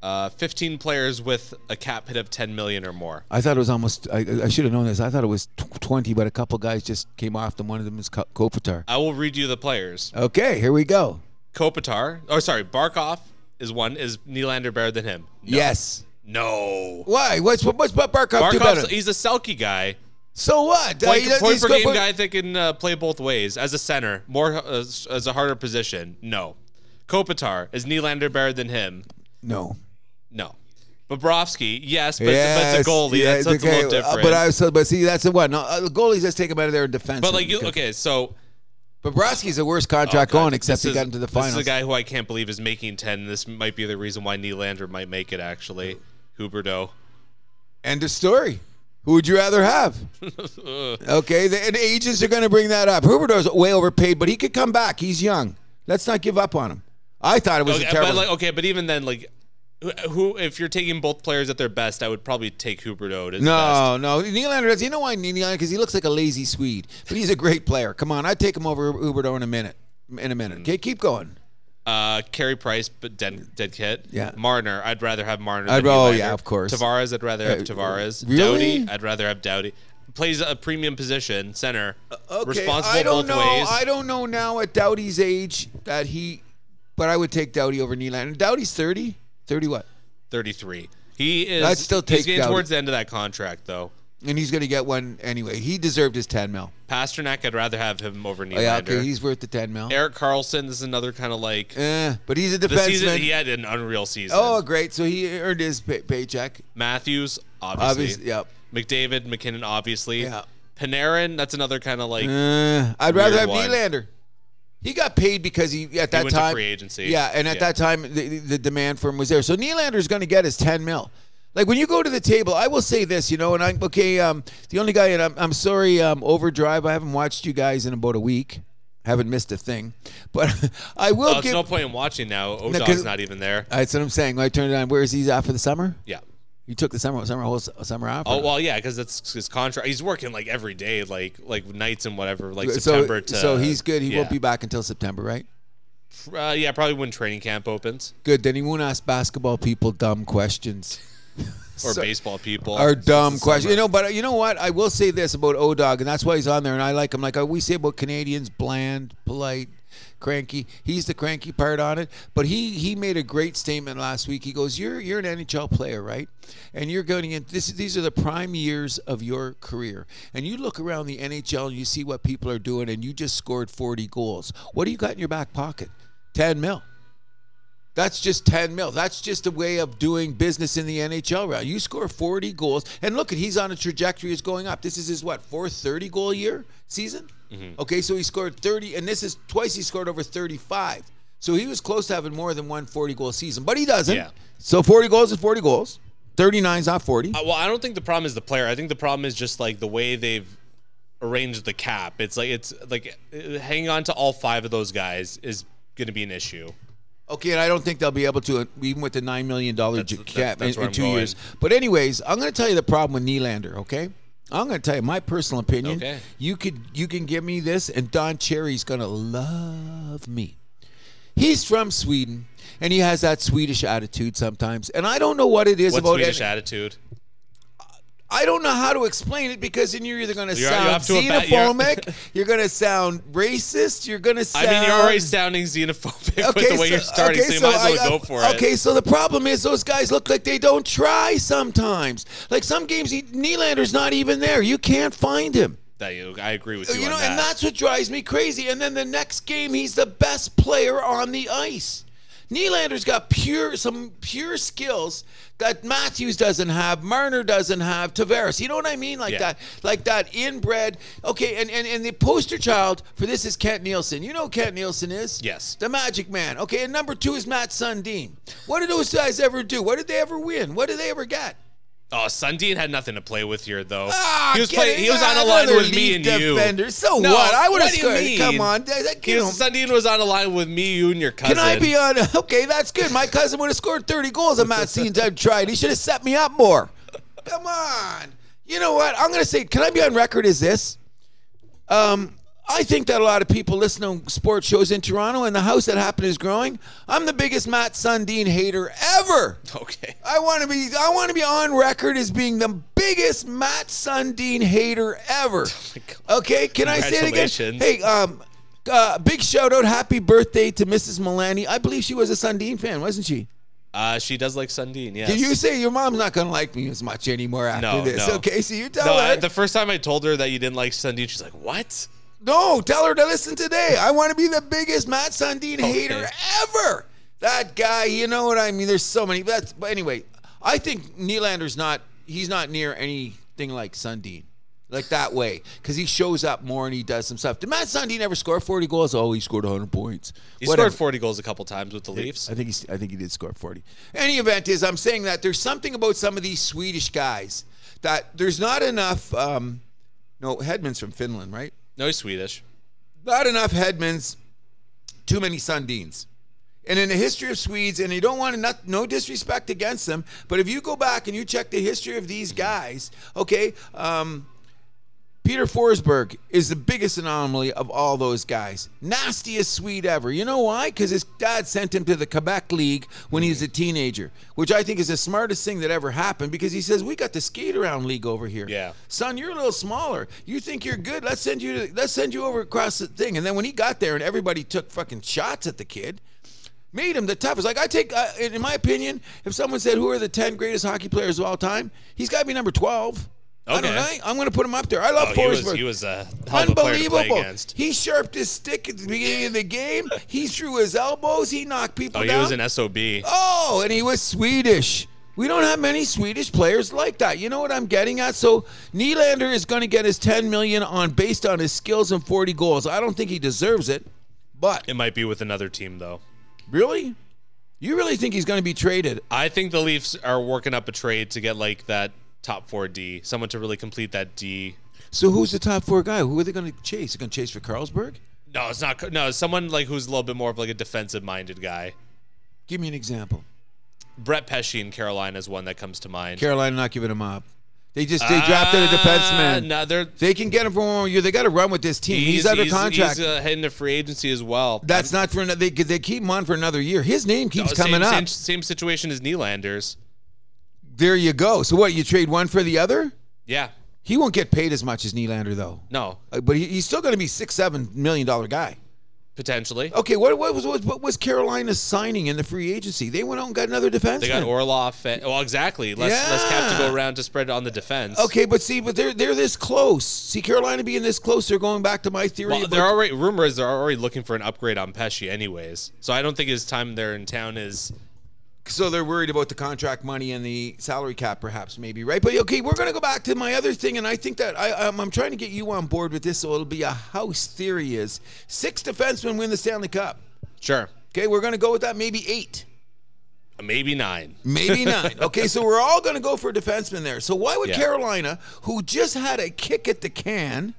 uh, 15 players with a cap hit of 10 million or more.
I thought it was almost. I, I should have known this. I thought it was tw- twenty, but a couple guys just came off them. One of them is Ko- Kopitar.
I will read you the players.
Okay, here we go.
Kopitar, oh sorry, Barkov is one. Is Nylander better than him?
Yes.
No.
Why? What's what's what Barkov, do better?
Barkov's he's a selkie guy.
so what? Uh,
Point,
he does-
point
he's
per
good
game
for-
guy that can uh, play both ways as a center, more uh, as a harder position. No. Kopitar is Nylander better than him?
No.
No. Bobrovsky, yes, but,
Yes,
it's, but it's a goalie.
yes,
that's, that's a
okay.
little
Uh,
different.
But I so but see that's the one. No, uh, the goalies just take him out of there in defense.
but like you, okay, so
Bobrovsky's the worst contract
God,
going,
th-
except
this
he
is-
got into the
This
finals.
is a guy who I can't believe is making 10. This might be the reason why Nylander might make it, actually. Huberto.
End of story. Who would you rather
[LAUGHS]
have? okay, the, and agents are going to bring that up. Huberto's way overpaid, but he could come back. He's young. Let's not give up on him. I thought it was
Okay,
a terrible.
but like, okay, but even then, like, who, who, if you're taking both players at their best, I would probably take Huberto at his best.
No, no. Nylander does. You know why Nylander? Because he looks like a lazy Swede, but he's a great player. Come on, I'd take him over Huberto in a minute. In a minute. Okay, keep going.
Uh, Carey Price, but dead, dead kid.
Yeah.
Marner, I'd rather have Marner.
I'd-
than
oh,
Nylander.
yeah, of course. Uh,
Tavares, I'd rather have Tavares.
really?
Doughty, I'd rather have Doughty. Plays a premium position, center. responsible
Uh, I don't
both
know.
ways.
I don't know now at Doughty's age that he, but I would take Doughty over Nylander. Doughty's 30? 30 what?
33. He is.
I'd still take
he's getting
Doughty.
towards the end of that contract, though.
And he's going to get one anyway. He deserved his 10 mil.
Pasternak, I'd rather have him over Nylander.
Oh, yeah, okay, he's worth the 10 mil.
Eric Carlson, this is another kind of like
Eh, but he's a
the season.
defenseman.
He had an unreal season.
oh, great. So he earned his pay- paycheck.
Matthews, obviously.
Obviously, yep.
McDavid, McKinnon, obviously.
Yeah.
Panarin, that's another kind of like
Uh, I'd rather
Weird
have
one.
Nylander. He got paid because he at that
went to
time
free agency.
Yeah, and at
Yeah.
that time the, the demand for him was there. So Nylander's going to get his ten mil. Like when you go to the table, I will say this, you know, and I'm okay. Um, the only guy, and I'm, I'm sorry, um, Overdrive. I haven't watched you guys in about a week. Haven't missed a thing, but [LAUGHS] I will
well, Oh, it's
give.
no point in watching now. Odog's
'cause-
not even there.
that's what I'm saying. When I turned it on, where is he at for the summer?
Yeah.
You took the summer, summer whole summer off.
Oh
or-
well, yeah, because that's his contract. He's working like every day, like like nights and whatever, like
so,
September to.
so he's good. He won't
yeah.
be back until September, right?
Uh, yeah, probably when training camp opens
Good. Then he won't ask basketball people dumb questions.
or
So-
baseball people
Our dumb
It's the
question. You
summer.
know, but uh, you know what? I will say this about Odog, and that's why he's on there, and I like him. Like uh, we say about Canadians, bland, polite, cranky. He's the cranky part on it. But he he made a great statement last week. He goes, "You're you're an NHL player, right? And you're going in. This these are the prime years of your career. And you look around the NHL and you see what people are doing, and you just scored 40 goals. What do you got in your back pocket? 10 mil." That's just 10 mil. That's just a way of doing business in the NHL route. You score 40 goals, and look at he's on a trajectory is going up. This is his what fourth 30 goal year season. Okay, so he scored 30, and this is twice he scored over 35. So he was close to having more than one 40 goal season, but he doesn't.
Yeah.
So 40 goals is 40 goals. 39 is not 40.
Uh, well, I don't think the problem is the player. I think the problem is just like the way they've arranged the cap. It's like it's like uh, hanging on to all five of those guys is going to be an issue.
Okay, and I don't think they'll be able to, uh, even with the $9 million ju-
that's-
cap
that's
in,
where
in
I'm
two
going.
years. But, anyways, I'm going to tell you the problem with Nylander, okay? I'm going to tell you my personal opinion.
Okay.
You could you can give me this, and Don Cherry's going to love me. He's from Sweden, and he has that Swedish attitude sometimes. And I don't know what it is
What's
about
Swedish
any-
attitude?
I don't know how to explain it because then you're either going to
You're- you're
sound
up to a bat- [LAUGHS] you're-
xenophobic, you're going to sound racist, you're going to
I
sound.
mean, you're already sounding xenophobic [LAUGHS] with the way you're starting, so you might as well
I-
go
I-
for it.
Okay, so the problem is those guys look like they don't try sometimes. Like some games, he, Nylander's not even there. You can't find him.
That you, I agree with you.
Uh, You
on
know,
that.
and that's what drives me crazy. And then the next game, he's the best player on the ice. Nylander's got pure some pure skills that Matthews doesn't have, Marner doesn't have, Tavares. You know what I mean? Like
Yeah.
that, like that inbred. Okay, and, and and the poster child for this is Kent Nielsen. You know who Kent Nielsen is?
Yes.
The Magic Man. Okay, and number two is Matt Sundin. What did those guys ever do? What did they ever win? What did they ever get?
oh, Sundin had nothing to play with here, though.
Ah,
he was
get
playing.
it.
He was on a
Another
line with
leaf
me and
defender.
you.
So
No,
what? I would have
what do you
scored.
mean?
Come on, that, that
He
kid-
was, Sundin was on a line with me, you, and your cousin.
Can I be on? [LAUGHS] Okay, that's good. My cousin would have scored 30 goals on that scene. I've tried. He should have set me up more. Come on. You know what? I'm going to say, can I be on record as this? Um, I think that a lot of people listen to sports shows in Toronto, and the house that happened is growing. I'm the biggest Matt Sundin hater ever.
[LAUGHS] Okay.
I want to be. I want to be on record as being the biggest Matt Sundin hater ever. okay, can I say it again?
Congratulations.
Hey, um, uh, big shout out, happy birthday to Mrs. Milani. I believe she was a Sundin fan, wasn't she?
Uh, she does like Sundin. Yes.
Did you say your mom's not gonna like me as much anymore after
No,
this?
no.
Okay, so you tell
No,
her.
I- the first time I told her that you didn't like Sundin, she's like, "What?
No, tell her to listen today. I want to be the biggest Matt Sundin hater ever. That guy, you know what I mean? There's so many. But, that's, but anyway, I think Nylander's not, he's not near anything like Sundin. Like that way, because he shows up more and he does some stuff. Did Matt Sundin ever score 40 goals? Oh, he scored 100 points.
He
Whatever.
scored 40 goals a couple times with the Leafs."
I think he's, I think he did score 40. Any event is I'm saying that there's something about some of these Swedish guys that there's not enough. Um, no, Hedman's from Finland, right?
No, he's Swedish.
Not enough headmans, too many Sundins. And in the history of Swedes, and you don't want to not, no disrespect against them, but if you go back and you check the history of these guys, okay, um, Peter Forsberg is the biggest anomaly of all those guys. Nastiest Swede ever. You know why? Because his dad sent him to the Quebec League when he was a teenager, which I think is the smartest thing that ever happened because he says, We got the skate around league over here.
Yeah.
Son, you're a little smaller. You think you're good. Let's send you to, let's send you over across the thing. And then when he got there and everybody took fucking shots at the kid, made him the toughest. Like I take, uh, in in my opinion, if someone said who are the ten greatest hockey players of all time, he's got to be number twelve. I don't
Okay.
know. I'm going to put him up there. I love
Oh, he was
Forsberg.
he was a hell of a player to play
Unbelievable.
against.
He sharpened his stick at the beginning of the game. He threw his elbows. He knocked people
Oh, he
down.
was an sob.
oh, and he was Swedish. We don't have many Swedish players like that. You know what I'm getting at? So Nylander is going to get his 10 million on based on his skills and 40 goals. I don't think he deserves it, but
It might be with another team though.
really, you really think he's going to be traded?
I think the Leafs are working up a trade to get like that top four D, someone to really complete that D.
So who's the top four guy? Who are they going to chase? They're going to chase for Carlsberg?
No, it's not. No, it's someone like who's a little bit more of like a defensive minded guy.
Give me an example.
Brett Pesci in Carolina is one that comes to mind.
Carolina not giving him up. They just they drafted a
Uh,
defenseman.
No, they're
They can get him for one more year. They got to run with this team. He's, under contract.
He's uh, heading to free agency as well.
That's not for another. They, they keep him on for another year. His name keeps
Uh, same-
coming up.
Same, same situation as Nylander's.
There you go. So what? You trade one for the other?
Yeah.
He won't get paid as much as Nylander though.
No.
Uh, But he, he's still going to be six, seven million dollar guy.
Potentially.
Okay, what, what was what, what was Carolina signing in the free agency? They went out and got another defenseman.
They got Orloff. And, well, exactly. Less less cap to
Oh, Yeah.
go around to spread it on the defense.
okay, but see, but they're they're this close. See, Carolina being this close, they're going back to my theory.
Well,
about-
they're already rumor is they're already looking for an upgrade on Pesci, anyways. So I don't think his time there in town is.
so they're worried about the contract money and the salary cap, perhaps, maybe, right? But okay, we're going to go back to my other thing, and I think that I, I'm, I'm trying to get you on board with this, so it'll be a house theory: is six defensemen win the Stanley Cup?
Sure,
Okay, we're going to go with that. Maybe eight,
maybe nine.
maybe [LAUGHS] nine. Okay, so we're all going to go for a defenseman there. So why would
Yeah.
Carolina, who just had a kick at the can?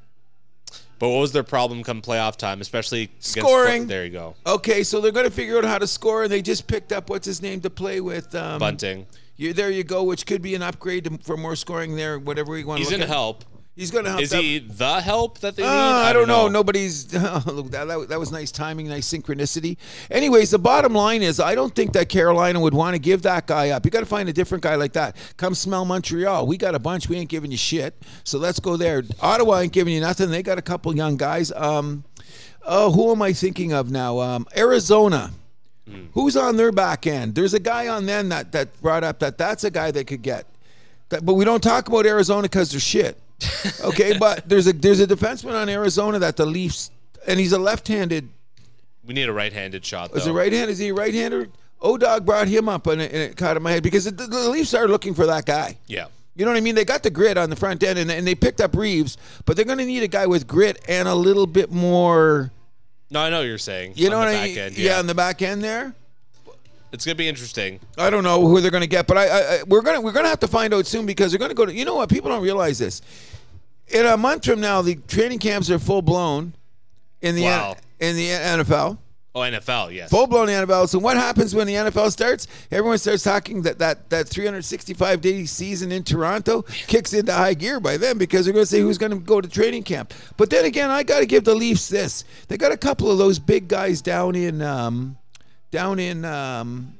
But what was their problem come playoff time, especially against-
Scoring.
There you go,
Okay, so they're going to figure out how to score, and they just picked up what's his name to play with. Um,
Bunting.
You, there you go, which could be an upgrade to, for more scoring there, whatever we want.
He's
to
in
look at.
help.
He's going to help.
Is
them.
he the help that they need?
Uh, I, don't know. Nobody's. [LAUGHS] look, that, that, that was nice timing, nice synchronicity. Anyways, the bottom line is I don't think that Carolina would want to give that guy up. You got to find a different guy like that. Come smell Montreal. We got a bunch. We ain't giving you shit. So let's go there. Ottawa ain't giving you nothing. They got a couple young guys. Um, oh, who am I thinking of now? Um, Arizona.
Hmm.
Who's on their back end? There's a guy on them that that brought up that that's a guy they could get. That, but we don't talk about Arizona because they're shit.
[LAUGHS]
Okay, but there's a there's a defenseman on Arizona that the Leafs and he's a left-handed.
We need a right-handed shot. Though.
Is a right-handed? Is he a right-hander? Odog brought him up and it, and it caught in my head because the, the Leafs are looking for that guy.
Yeah.
You know what I mean? They got the grit on the front end and, and they picked up Reeves, but they're going to need a guy with grit and a little bit more.
No, I know what you're saying.
You know
on
what
the
I
back
mean?
End,
yeah,
yeah.
on the back end there.
It's gonna be interesting.
I don't know who they're going to get, but I, I, I we're gonna we're gonna have to find out soon because they're going to go to. You know what? People don't realize this. In a month from now, the training camps are full blown in the
Wow.
in the NFL,
Oh, NFL. Yes.
full blown NFL. So what happens when the NFL starts? Everyone starts talking that that that 365 day season in Toronto kicks into high gear by then because they're going to say who's going to go to training camp. But then again, I got to give the Leafs this. They got a couple of those big guys down in um, down in. Um,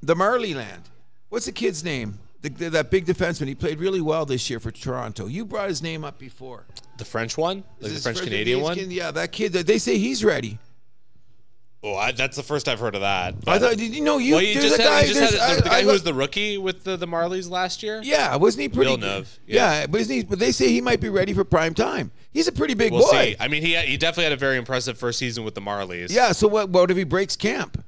the Marley Land. What's the kid's name? The, the- that big defenseman. He played really well this year for Toronto. You brought his name up before.
The French one, like the
This
French Canadian one.
kid- Yeah, that kid. They say he's ready.
Oh, I, that's the first I've heard of that.
I
but-
thought. Did you know you?
well, you
there's
just
a
had,
guy.
you just
there's-
had the, the
I-
guy
I
who
look-
was the rookie with the, the Marlies last year.
Yeah, wasn't he pretty?
Villeneuve,
Yeah.
yeah.
wasn't he? But they say he might be ready for prime time. He's a pretty big
We'll
boy.
see. I mean, he he definitely had a very impressive first season with the Marlies.
Yeah. So what? What if he breaks camp?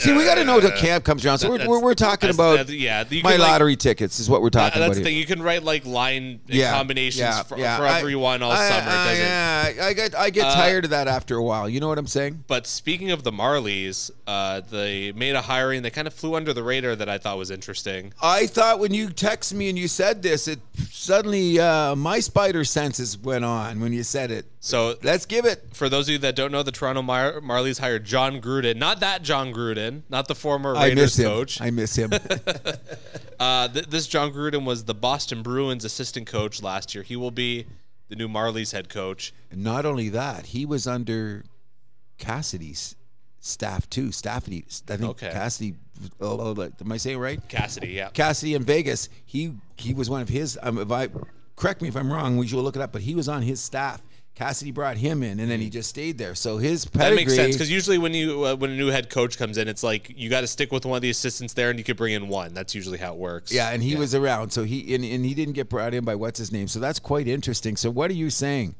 See, we got to know the camp comes around. So we're,
Uh, That's-
we're, we're talking
that's-
about
that- yeah. you
my
could, like-
lottery tickets is what we're
uh,
talking about.
that's the
here.
thing. You can write like line combinations for, for
I-
everyone all
I-
summer. It
I-
doesn't. Uh,
yeah, I get I get tired of that after a while. You know what I'm saying?
But speaking of the Marlies, uh, they made a hiring that kind of flew under the radar that I thought was interesting.
I thought when you texted me and you said this, it suddenly uh, my spider senses went on when you said it.
So
Let's give it.
for those of you that don't know, the Toronto Mar- Marlies hired John Gruden, not that John Gruden, not the former
I miss
Raiders
him.
coach.
I miss
[LAUGHS]
him.
Uh, th- this John Gruden was the Boston Bruins assistant coach last year. He will be the new Marlies head coach.
Not only that, he was under Cassidy's staff too. Staffy, I think
Okay.
Cassidy. Oh, oh, like, am I saying it right?
Cassidy, yeah.
Cassidy in Vegas, he he was one of his. Um, if I correct me if I'm wrong, we should look it up. But he was on his staff. Cassidy brought him in, and then he just stayed there. So his
Hmm. that
pedigree.
makes sense because usually when you uh, when a new head coach comes in, it's like you got to stick with one of the assistants there, and you could bring in one. That's usually how it works.
yeah, and he was around. So he and, and he didn't get brought in by what's his name. So that's quite interesting. So what are you saying?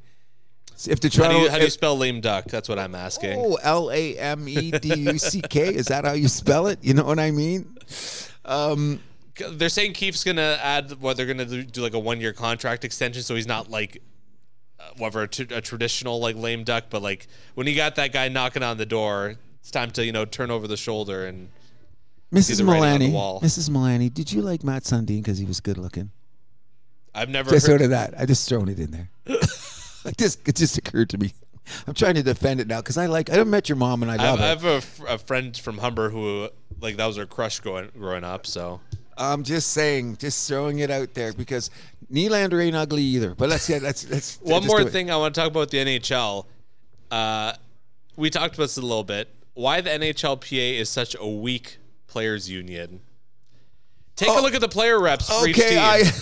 If the
How do
Toronto
you, how do you spell lame duck? That's what I'm asking.
Oh, L A M E D U C K. Is that how you spell it? You know what I mean? Um,
they're saying Keefe's gonna add what they're gonna do, do like a one year contract extension, so he's not like uh, whatever a, t- a traditional like lame duck. But like when you got that guy knocking on the door, it's time to you know turn over the shoulder and
Mrs.
the writing on the
Milani,
wall.
Mrs. Milani, did you like Matt Sundin because he was good looking?
I've never
Just
heard.
out of that, I just thrown it in there. [LAUGHS] like this, it just occurred to me. I'm trying to defend it now because I like. I don't met your mom, and I
I have,
love
I
it.
have a, f- a friend from Humber who like that was her crush growing growing up. So
I'm just saying, just throwing it out there because Nylander ain't ugly either. But let's get let's let's
one
just
more
do it.
thing I want to talk about the NHL. Uh, we talked about this a little bit. Why the NHLPA is such a weak players union. Take a look at the player reps for each
Oh. Okay,
team.
I.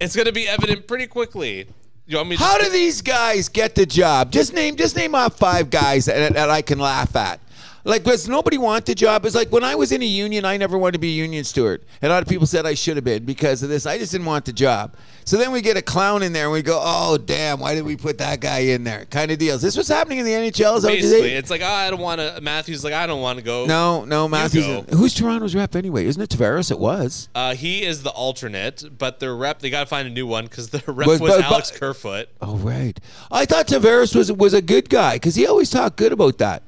It's going to be evident pretty quickly. You want me to
How do these guys get the job? Just name just name off five guys that, that I can laugh at. Like, does nobody want the job? It's like when I was in a union, I never wanted to be a union steward. And a lot of people said I should have been because of this. I just didn't want the job. So then we get a clown in there and we go, oh, damn, why did we put that guy in there? Kind of deals. This was happening in the NHL. Is that what you
basically?
think?
It's like, oh, I don't want to. Matthews like, I don't want to go.
No, no, Matthews.
go.
Who's Toronto's rep anyway? Isn't it Tavares? It was.
Uh, he is the alternate, but their rep, they got to find a new one because the [LAUGHS] rep
But-
was
but-
Alex
but-
Kerfoot.
Oh, right. I thought Tavares was, was a good guy because he always talked good about that.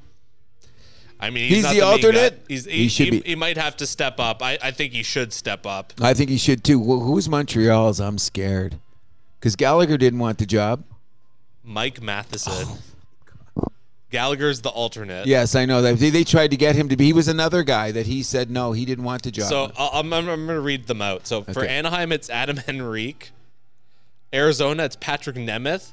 I mean, he's,
He's
not
the
main
alternate?
guy. He's, he,
He should
he-
be.
he might have to step up. I, I think he should step up.
I think he should too. Well, who's Montreal's? I'm scared. Because Gallagher didn't want the job.
Mike Matheson.
Oh,
Gallagher's the alternate.
Yes, I know that. They, they tried to get him to be. He was another guy that he said no, he didn't want the job.
So I'll- I'm, I'm, I'm going to read them out. So for
Okay.
Anaheim, it's Adam Henrique. Arizona, it's Patrick Nemeth.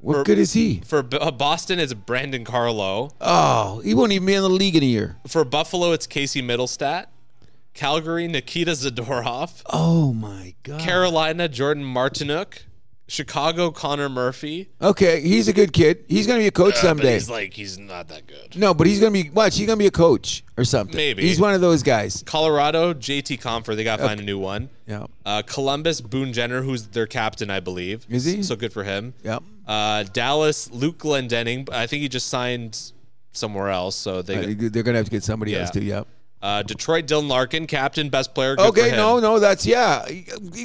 what good is he?
For B- uh, Boston, it's Brandon Carlo.
Oh, he won't even be in the league in a year.
For Buffalo, it's Casey Middlestat. Calgary, Nikita Zadorov.
Oh my God.
Carolina, Jordan Martinuk. Chicago, Connor Murphy.
okay, he's a good kid. He's going to be a coach
Uh, but
someday.
he's like, he's not that good.
no, but he's going to be. Watch, he's going to be a coach or something.
Maybe.
he's one of those guys.
Colorado, JT Comfer. They got to find a new one.
Yeah.
Uh, Columbus, Boone Jenner, who's their captain, I believe.
Is he?
So good for him.
Yep.
Uh, Dallas, Luke Glendening. I think he just signed somewhere else. So
Uh,
they.
They're going to have to get somebody
Yeah.
else too. Yep.
Uh, Detroit, Dylan Larkin, captain, best player. Good for
Okay,
him.
no, no, that's yeah.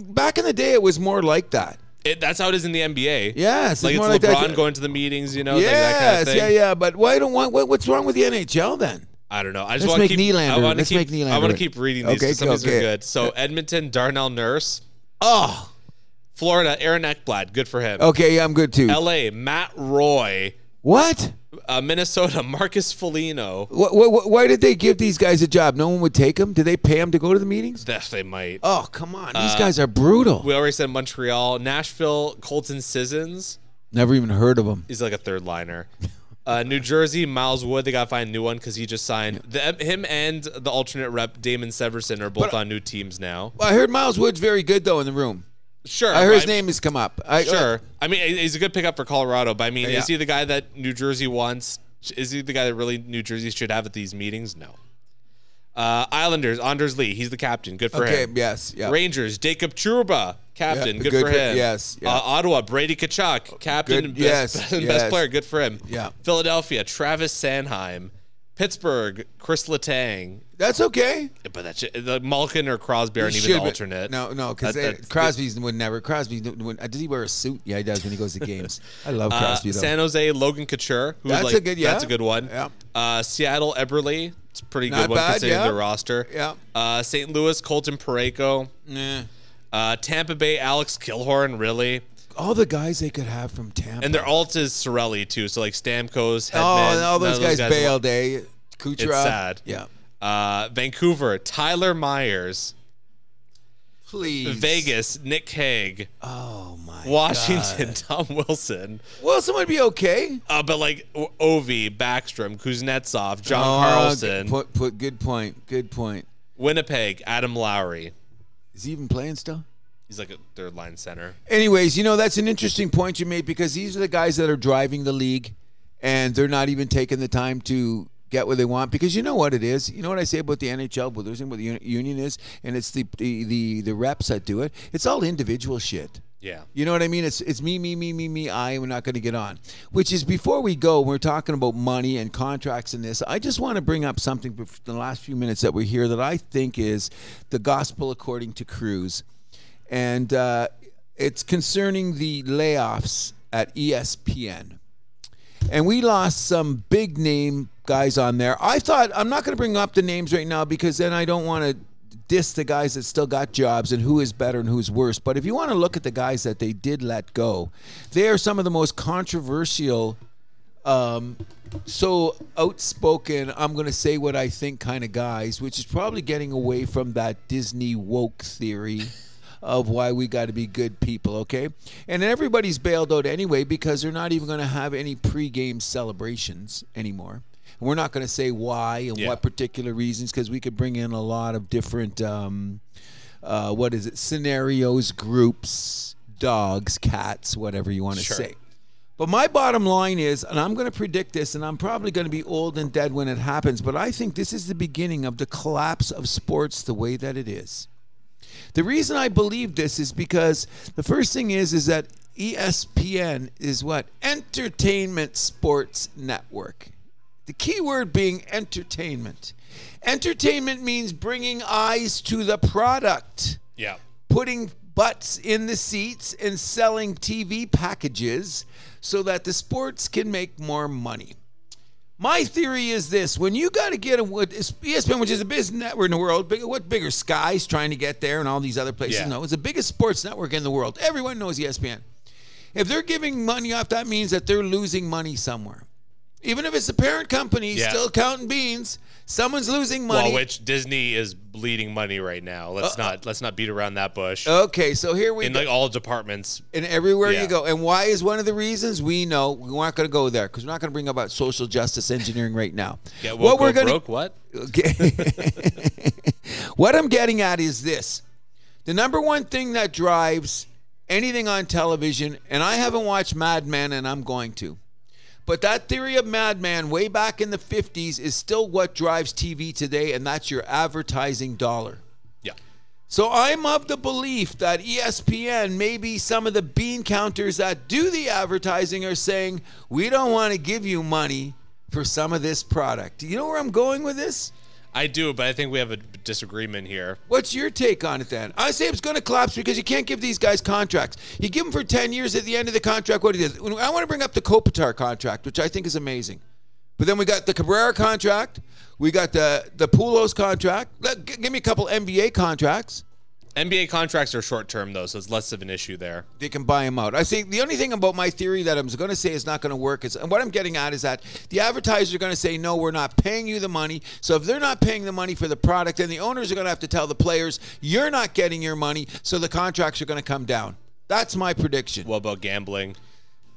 Back in the day, it was more like that.
It, that's how it is in the NBA.
Yes, it's
like it's
more
LeBron
like that.
going to the meetings. You know, like that kind
Yes,
of thing.
yeah, yeah. But why don't why, what, what's wrong with the NHL then?
I don't know. I
Let's
just want
make
to keep. I
Nylander.
want to
Let's
keep.
make Nylander.
I want to keep reading these.
Okay,
because some of these are
okay.
good. So Edmonton, Darnell Nurse,
Oh,
Florida, Aaron Eckblad. Good for him.
okay. Yeah, I'm good too.
L.A. Matt Roy,
what?
uh, Minnesota, Marcus Foligno.
Wh- wh- wh- Why did they give these guys a job? No one would take them. Did they pay them to go to the meetings?
That they might.
Oh, come on. These
Uh,
guys are brutal.
We already said Montreal, Nashville, Colton Sissons.
Never even heard of them.
He's like a third
[LAUGHS]
liner. Uh, New Jersey, Miles Wood. They got to find a new one because he just signed. The, him and the alternate rep Damon Severson are
uh,
both on new teams now.
I heard Miles Wood's very good though in the room.
Sure,
I heard his
I'm-
name has come up. I, uh,
Sure, I mean he's a good pickup for Colorado. But I mean,
Yeah.
is he the guy that New Jersey wants? Is he the guy that really New Jersey should have at these meetings? No. Uh, Islanders, Anders Lee. He's the captain. Good for
okay.
him.
Yes. Yeah.
Rangers, Jacob Churba, captain.
Yeah,
good,
good
for
for-
him.
yes, yeah.
Uh, Ottawa, Brady Kachuk, captain.
Good-
best,
yes,
[LAUGHS] best
yes.
player. Good for him.
Yeah.
Philadelphia, Travis Sanheim. Pittsburgh, Chris Letang.
That's okay.
But that's the Malkin or Crosby aren't even
Should
the
be-
alternate.
No, no, because
That- that's-
Crosby's would never. Crosby would, uh, does he wear a suit? Yeah, he does when he goes to games. [LAUGHS] I love
Uh,
Crosby though.
San Jose, Logan Couture. Who's
That's
like,
a good- yeah.
That's a good one.
Yeah.
Uh, Seattle, Eberle. It's a pretty good
Not
one
bad,
considering
yeah.
their roster.
Yeah.
Uh, St. Louis, Colton Pareko.
Nah.
Uh, Tampa Bay, Alex Kilhorn, really.
all the guys they could have from Tampa.
And their alt is Sorelli, too. So, like Stamkos, Hedman.
oh, and all
none
those
of
guys,
are-
bailed. They Kucherov.
It's sad.
Yeah.
Uh, Vancouver, Tyler Myers.
Please.
Vegas, Nick Haig.
Oh my.
Washington, [LAUGHS] Tom Wilson.
God. Wilson would be okay.
Uh, but, like, O- Ovi, Backstrom, Kuznetsov, John
Oh,
Carlson.
good Put, put good point. Good point.
Winnipeg, Adam Lowry.
Is he even playing still?
He's like a third line center.
Anyways, you know that's an interesting point you made because these are the guys that are driving the league, and they're not even taking the time to get what they want. Because you know what it is, you know what I say about the NHL, but there's what the uni- union is, and it's the the the, the reps that do it. It's all individual shit.
Yeah.
You know what I mean? It's it's me, me, me, me, me, I, and we're not going to get on. Which is before we go, we're talking about money and contracts and this. I just want to bring up something bef- the last few minutes that we're here that I think is the gospel according to Cruz. And uh, it's concerning the layoffs at E ESPN. And we lost some big name guys on there. I thought, I'm not going to bring up the names right now because then I don't want to diss the guys that still got jobs and who is better and who's worse. But if you want to look at the guys that they did let go, they are some of the most controversial, um, so outspoken, I'm going to say what I think kind of guys, which is probably getting away from that Disney woke theory. Of why we got to be good people, okay? And everybody's bailed out anyway because they're not even going to have any pregame celebrations anymore. And we're not going to say why and
Yeah.
what particular reasons because we could bring in a lot of different um, uh, what is it scenarios groups dogs cats whatever you want to
Sure.
say but my bottom line is and i'm going to predict this and i'm probably going to be old and dead when it happens but i think this is the beginning of the collapse of sports the way that it is the reason I believe this is because the first thing is is that E ESPN is what Entertainment Sports Network. The key word being entertainment. Entertainment means bringing eyes to the product
Yeah.
putting butts in the seats and selling TV packages so that the sports can make more money. My theory is this: when you got to get a what E is- ESPN, which is the biggest network in the world, big, what bigger Sky's trying to get there and all these other places.
Yeah.
No, it's the biggest sports network in the world. Everyone knows E ESPN. If they're giving money off, that means that they're losing money somewhere. Even if it's the parent company
Yeah.
still counting beans, someone's losing money. Uh,
Well, which Disney is bleeding money right now. Let's not let's not beat around that bush.
okay, so here we
in
go.
like all departments.
and everywhere
Yeah.
you go. And why is one of the reasons we know we aren't going to go there because we're not going to bring about social justice engineering right now.
Get
what
woke,
we're
go
going to
broke, what?
[LAUGHS] okay. [LAUGHS] what I'm getting at is this: the number one thing that drives anything on television, and I haven't watched Mad Men, and I'm going to. But that theory of madman way back in the 50s is still what drives TV today, and that's your advertising dollar.
Yeah.
So I'm of the belief that E ESPN, maybe some of the bean counters that do the advertising are saying, we don't want to give you money for some of this product. You know where I'm going with this?
I do, but I think we have a disagreement here.
What's your take on it then? I say it's going to collapse because you can't give these guys contracts. You give them for 10 years at the end of the contract, what it is. I want to bring up the Kopitar contract, which I think is amazing. But then we got the Cabrera contract. We got the, the Pulos contract. Let- g- give me a couple NBA contracts.
NBA contracts are short term though, so it's less of an issue there.
they can buy him out. I think the only thing about my theory that I'm going to say is not going to work is, and what I'm getting at is that the advertisers are going to say, no, we're not paying you the money. So if they're not paying the money for the product, then the owners are going to have to tell the players, you're not getting your money. So the contracts are going to come down. That's my prediction.
What about gambling?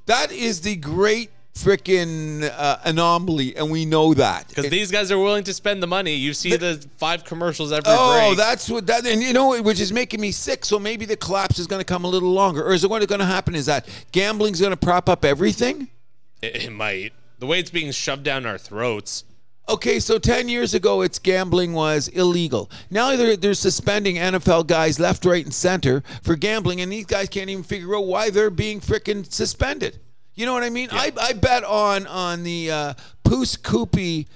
That is the great freaking uh, anomaly, and we know that.
Because these guys are willing to spend the money. You see the, five commercials every
Oh,
break.
that's what that, and you know, what, which is making me sick. So maybe the collapse is going to come a little longer, or is it what's going to happen? Is that gambling's going to prop up everything?
it, it might. The way it's being shoved down our throats.
Okay, so 10 years ago, it's gambling was illegal. Now they're, they're suspending NFL guys left, right, and center for gambling, and these guys can't even figure out why they're being freaking suspended. You know what I mean? I, I bet on on the uh, Pus Kupi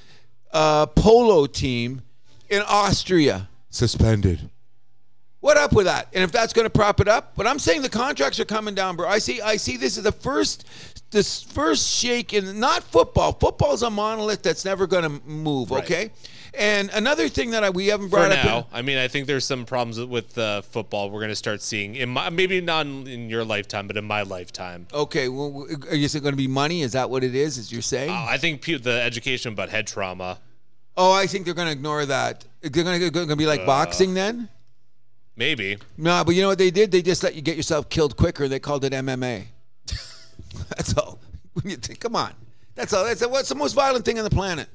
uh, polo team in Austria. Suspended. What up with that? And if that's going to prop it up, but I'm saying the contracts are coming down, bro. I see. I see. This is the first, this first shake in not football. Football's a monolith that's never going to move. Okay. And another thing that I, we haven't
For
brought up.
now, I mean, I think there's some problems with uh, football. We're going to start seeing in my maybe not in your lifetime, but in my lifetime.
okay. Well, are you going to be money? Is that what it is? Is you're saying?
Uh, I think pe- the education about head trauma,
oh, I think they're going to ignore that. They're going to be like
Uh,
boxing then.
maybe.
No, but you know what they did? They just let you get yourself killed quicker. They called it MMA. [LAUGHS] that's all. [LAUGHS] When you think- Come on. That's all. That's what's the most violent thing on the planet.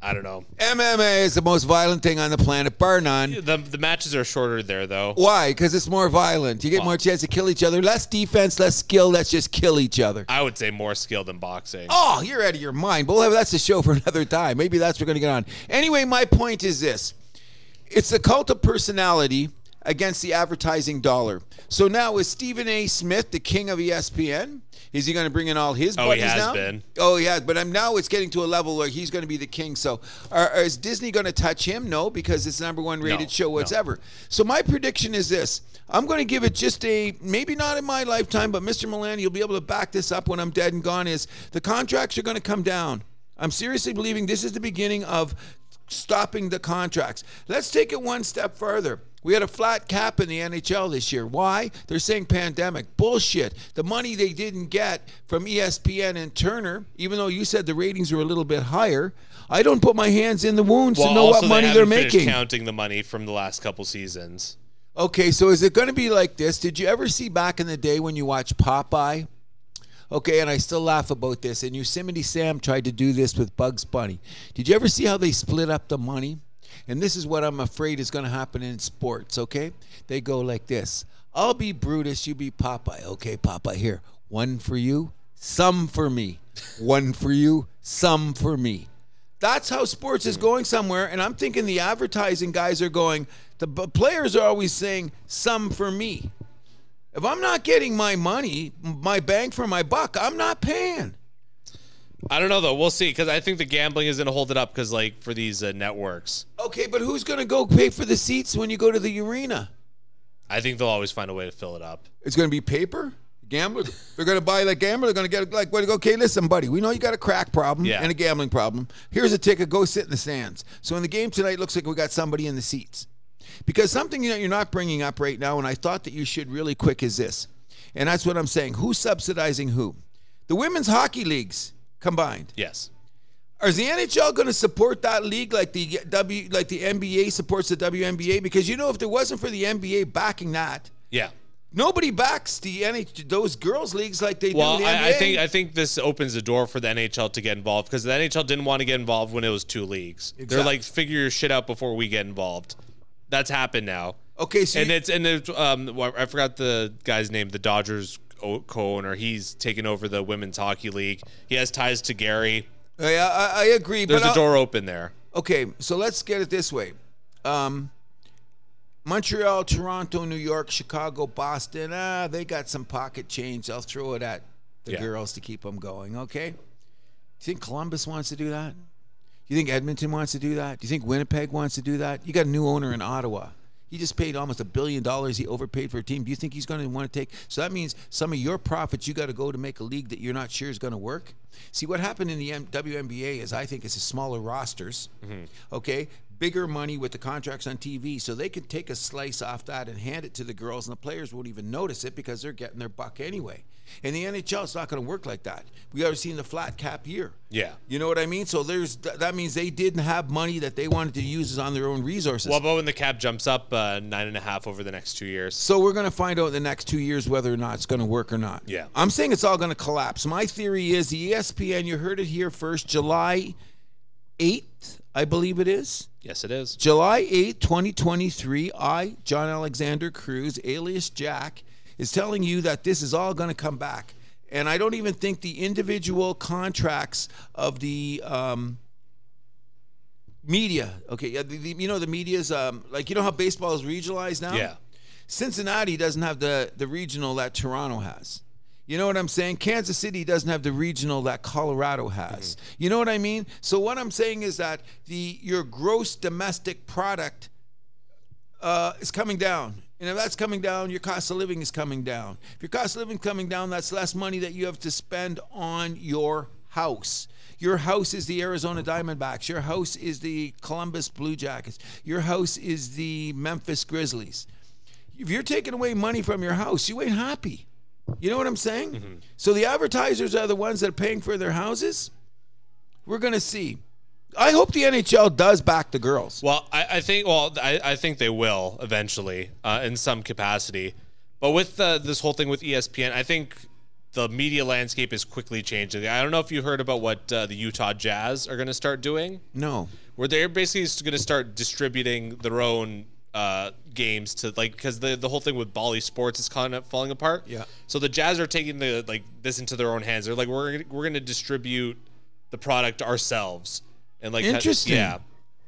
I don't know.
MMA is the most violent thing on the planet, bar none.
The the matches are shorter there though.
Why? Because it's more violent. You get more chance to kill each other. Less defense, less skill. Let's just kill each other.
I would say more skill than boxing.
[LAUGHS] Oh, you're out of your mind. But we'll have- that's a show for [LAUGHS] another time. Maybe that's what we're going to get on. Anyway, my point is this it's the cult of personality against the advertising dollar. So now is Stephen A. Smith the king of E ESPN? Is he going to bring in all his
Oh, he
buddies
has
now?
been.
Oh yeah, but I'm now it's getting to a level where he's going to be the king. So are, are- is Disney going to touch him? No, because it's the number one rated
No,
show
no.
whatsoever. So my prediction is this: I'm going to give it just a maybe not in my lifetime, but Mr. Milan, you'll be able to back this up when I'm dead and gone. Is the contracts are going to come down? I'm seriously believing this is the beginning of stopping the contracts. Let's take it one step further. We had a flat cap in the NHL this year. Why? They're saying pandemic. Bullshit. The money they didn't get from E ESPN and Turner, even though you said the ratings were a little bit higher, I don't put my hands in the wounds
Well,
to know
also
what money
they
they're
haven't finished
making.
Counting the money from the last couple seasons.
Okay, so is it going to be like this? Did you ever see back in the day when you watched Popeye? Okay, and I still laugh about this. And Yosemite Sam tried to do this with Bugs Bunny. Did you ever see how they split up the money? And this is what I'm afraid is going to happen in sports, okay? They go like this I'll be Brutus, you be Popeye. Okay, Popeye, here. One for you, some for me. One for you, some for me. That's how sports is going somewhere. And I'm thinking the advertising guys are going, the b- players are always saying, some for me. If I'm not getting my money, my bang for my buck, I'm not paying.
I don't know though. We'll see because I think the gambling is going to hold it up because like for these uh, networks,
Okay, but who's going to go pay for the seats when you go to the arena?
I think they'll always find a way to fill it up.
It's going to be paper? Gambler, they're going to buy like gambler. They're going to get like, what? Okay, listen, buddy, we know you got a crack problem
Yeah.
and a gambling problem. Here's a ticket. Go sit in the stands. So in the game tonight, looks like we got somebody in the seats. Because something that you're not bringing up right now, and I thought that you should really quick, is this. And that's what I'm saying. Who's subsidizing who? The women's hockey leagues combined.
Yes.
Is the NHL going to support that league like the W like the NBA supports the WNBA? Because you know, if there wasn't for the NBA backing that,
Yeah.
nobody backs the NH those girls leagues like they
Well,
do the NBA.
I, I think I think this opens the door for the NHL to get involved because the NHL didn't want to get involved when it was two leagues. They're
Exact-
like, figure your shit out before we get involved. That's happened now,
okay, so
and
you-
it's and it's, um, well, I forgot the guy's name, the Dodgers o- co-owner. He's taken over the women's hockey league. He has ties to Gary.
yeah, I, I agree.
There's
but
a
I'll-
door open there.
Okay, so let's get it this way. Um, Montreal, Toronto, New York, Chicago, Boston. Ah, they got some pocket change. I'll throw it at the
Yeah.
girls to keep them going. Okay. Do you think Columbus wants to do that? Do you think Edmonton wants to do that? Do you think Winnipeg wants to do that? You got a new owner in Ottawa. He just paid almost a billion dollars. He overpaid for a team. Do you think he's going to want to take? So that means some of your profits you got to go to make a league that you're not sure is going to work. See what happened in the M- WNBA is I think it's a smaller rosters. Okay, bigger money with the contracts on TV, so they can take a slice off that and hand it to the girls, and the players won't even notice it because they're getting their buck anyway. In the NHL, it's not going to work like that. We already seen the flat cap year.
Yeah.
You know what I mean? So there's th- that means they didn't have money that they wanted to use on their own resources.
Well, but when the cap jumps up uh, nine and a half over the next two years,
so we're going to find out in the next two years whether or not it's going to work or not.
Yeah.
I'm saying it's all going to collapse. My theory is the E ESPN. You heard it here first, July 8th, I believe it is.
yes, it is.
July 8th, 2023, I, John Alexander Cruz, alias Jack, is telling you that this is all going to come back. And I don't even think the individual contracts of the um, media, okay, yeah, the, the, you know, the media's um, like, you know how baseball is regionalized now?
Yeah.
Cincinnati doesn't have the, the regional that Toronto has. You know what I'm saying? Kansas City doesn't have the regional that Colorado has. You know what I mean? So what I'm saying is that the your gross domestic product uh, is coming down. And if that's coming down, your cost of living is coming down. If your cost of living is coming down, that's less money that you have to spend on your house. Your house is the Arizona Diamondbacks. Your house is the Columbus Blue Jackets. Your house is the Memphis Grizzlies. If you're taking away money from your house, you ain't happy. You know what I'm saying? So the advertisers are the ones that are paying for their houses. We're going to see. I hope the NHL does back the girls.
Well, I, I think well, I, I think they will eventually uh, in some capacity. But with uh, this whole thing with ESPN, I think the media landscape is quickly changing. I don't know if you heard about what uh, the Utah Jazz are going to start doing,
No.
where they're basically going to start distributing their own uh, games to like because the the whole thing with Bali Sports is kind of falling apart.
Yeah.
So the Jazz are taking the like this into their own hands. They're like we're gonna- we're going to distribute the product ourselves and like ha-
Interesting.
yeah.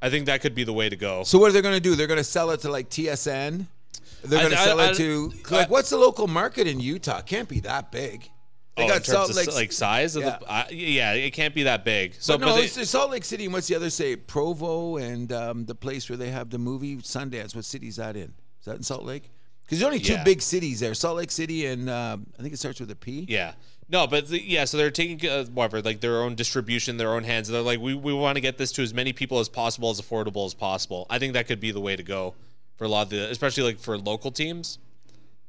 I think that could be the way to go.
So what are they going to do? They're going to sell it to like TSN
just
They're
I-
going to
I-
sell
I-
it to
I-
like what's the local market in Utah? Can't be that big. They
oh, in
got
terms
Salt
of
Lake.
s- like size of
Yeah.
the I, yeah, it can't be that big. So
but
but,
no,
they-
it's, it's Salt Lake City. And what's the other say? Provo and um, the place where they have the movie Sundance. What city's that in? Is that in Salt Lake? Because there's only two
Yeah.
big cities there: Salt Lake City and um, I think it starts with a P.
yeah. No, but the, yeah, so they're taking uh, whatever, like their own distribution, their own hands. They're like, we, we want to get this to as many people as possible, as affordable as possible. I think that could be the way to go for a lot of the, especially like for local teams.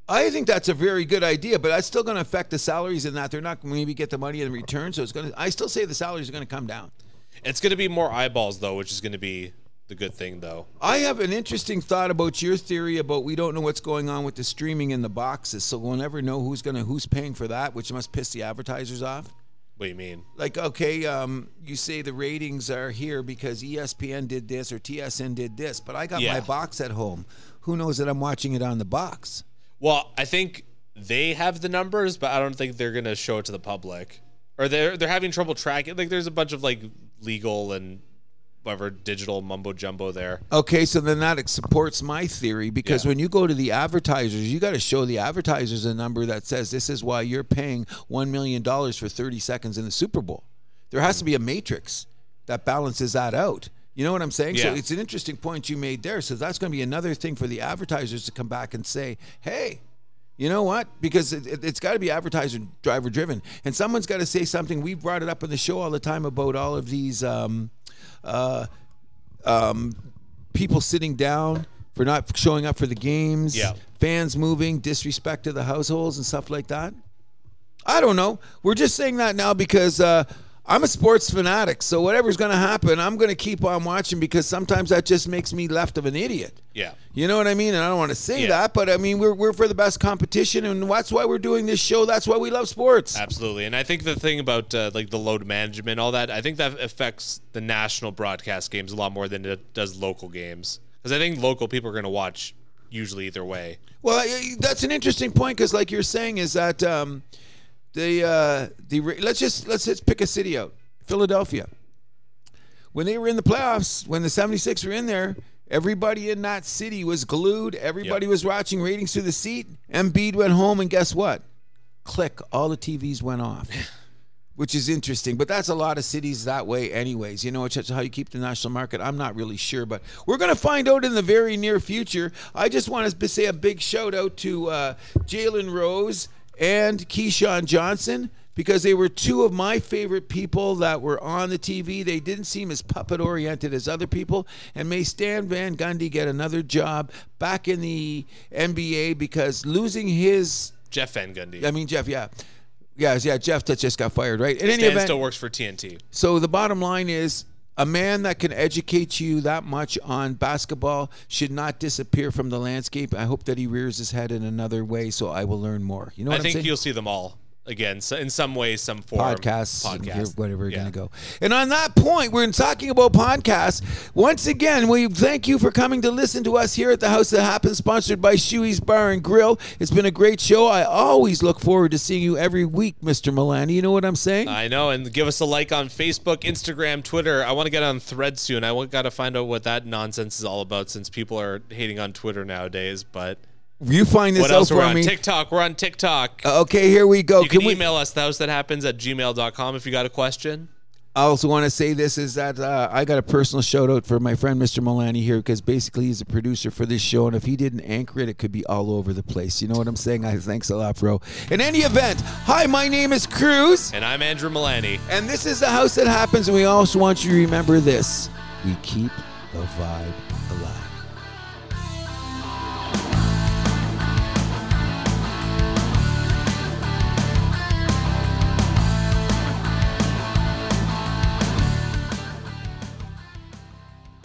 I think that's a very good idea, but that's still going to affect the salaries in that they're not going to maybe get the money in return. So it's going to. I still say the salaries are going to come down.
It's going to be more eyeballs though, which is going to be the good thing though.
I have an interesting thought about your theory about we don't know what's going on with the streaming in the boxes, so we'll never know who's going to who's paying for that, which must piss the advertisers off.
What do you mean?
Like, okay, um, you say the ratings are here because E ESPN did this or TSN did this, but I got
Yeah.
my box at home. Who knows that I'm watching it on the box?
Well, I think they have the numbers, but I don't think they're gonna show it to the public. Or they're they're having trouble tracking. Like there's a bunch of like legal and whatever digital mumbo jumbo there.
Okay, so then that supports my theory because
Yeah.
when you go to the advertisers, you got to show the advertisers a number that says this is why you're paying $1 million for 30 seconds in the Super Bowl. There has to be a matrix that balances that out. You know what I'm saying? So
Yeah.
it's an interesting point you made there. So that's going to be another thing for the advertisers to come back and say, hey, you know what? Because it, it, it's got to be advertiser driver driven, and someone's got to say something. We brought it up on the show all the time about all of these um, uh, um, people sitting down for not showing up for the games,
Yeah.
fans moving, disrespect to the households, and stuff like that. I don't know. We're just saying that now because uh, I'm a sports fanatic. So whatever's going to happen, I'm going to keep on watching because sometimes that just makes me left of an idiot.
Yeah.
You know what I mean? And I don't want to say
Yeah.
that, but I mean, we're, we're for the best competition, and that's why we're doing this show. That's why we love sports.
Absolutely. And I think the thing about uh, like the load management, all that, I think that affects the national broadcast games a lot more than it does local games. Because I think local people are going to watch usually either way.
Well, I- I- that's an interesting point because, like you're saying, is that um, the uh, the re- let's just let's just pick a city out, Philadelphia. When they were in the playoffs, when the 76 were in there, everybody in that city was glued. Everybody
Yep.
was watching ratings through the seat. Embiid went home, and guess what? Click, all the TVs went off. Which is interesting, but that's a lot of cities that way, anyways. You know, it's just how you keep the national market. I'm not really sure, but we're going to find out in the very near future. I just want to say a big shout out to uh, Jalen Rose and Keyshawn Johnson because they were two of my favorite people that were on the TV. They didn't seem as puppet oriented as other people. And may Stan Van Gundy get another job back in the NBA because losing his,
Jeff Van Gundy.
I mean, Jeff, yeah. Yeah, yeah, Jeff that just got fired, right? In any
Dan
event,
still works for TNT.
so the bottom line is a man that can educate you that much on basketball should not disappear from the landscape. I hope that he rears his head in another way so I will learn more. You know what
I
am
think
saying?
you'll see them all again so in some way, some form.
podcasts, and here-
Podcast.
whatever we're
Yeah.
going to go. And on that point, we're talking about podcasts. Once again, we thank you for coming to listen to us here at the House That Happens, sponsored by Shuey's Bar and Grill. It's been a great show. I always look forward to seeing you every week, Mr. Milani. You know what I'm saying?
I know, and give us a like on Facebook, Instagram, Twitter. I want to get on Thread soon. I got to find out what that nonsense is all about, since people are hating on Twitter nowadays. But
you find this
what
out
else? We're
for
on
me. Uh,
TikTok. We're on TikTok.
Okay, here we go.
you can,
we?
email us those that happens at gmail.com if you got a question.
I also want to say this is that uh, I got a personal shout out for my friend Mr. Milani here because basically he's a producer for this show, and if he didn't anchor it, it could be all over the place. You know what I'm saying? I thanks a lot, bro. In any event, hi, my name is Cruz,
And I'm Andrew Milani.
and this is the house that happens. And we also want you to remember this: we keep the vibe alive.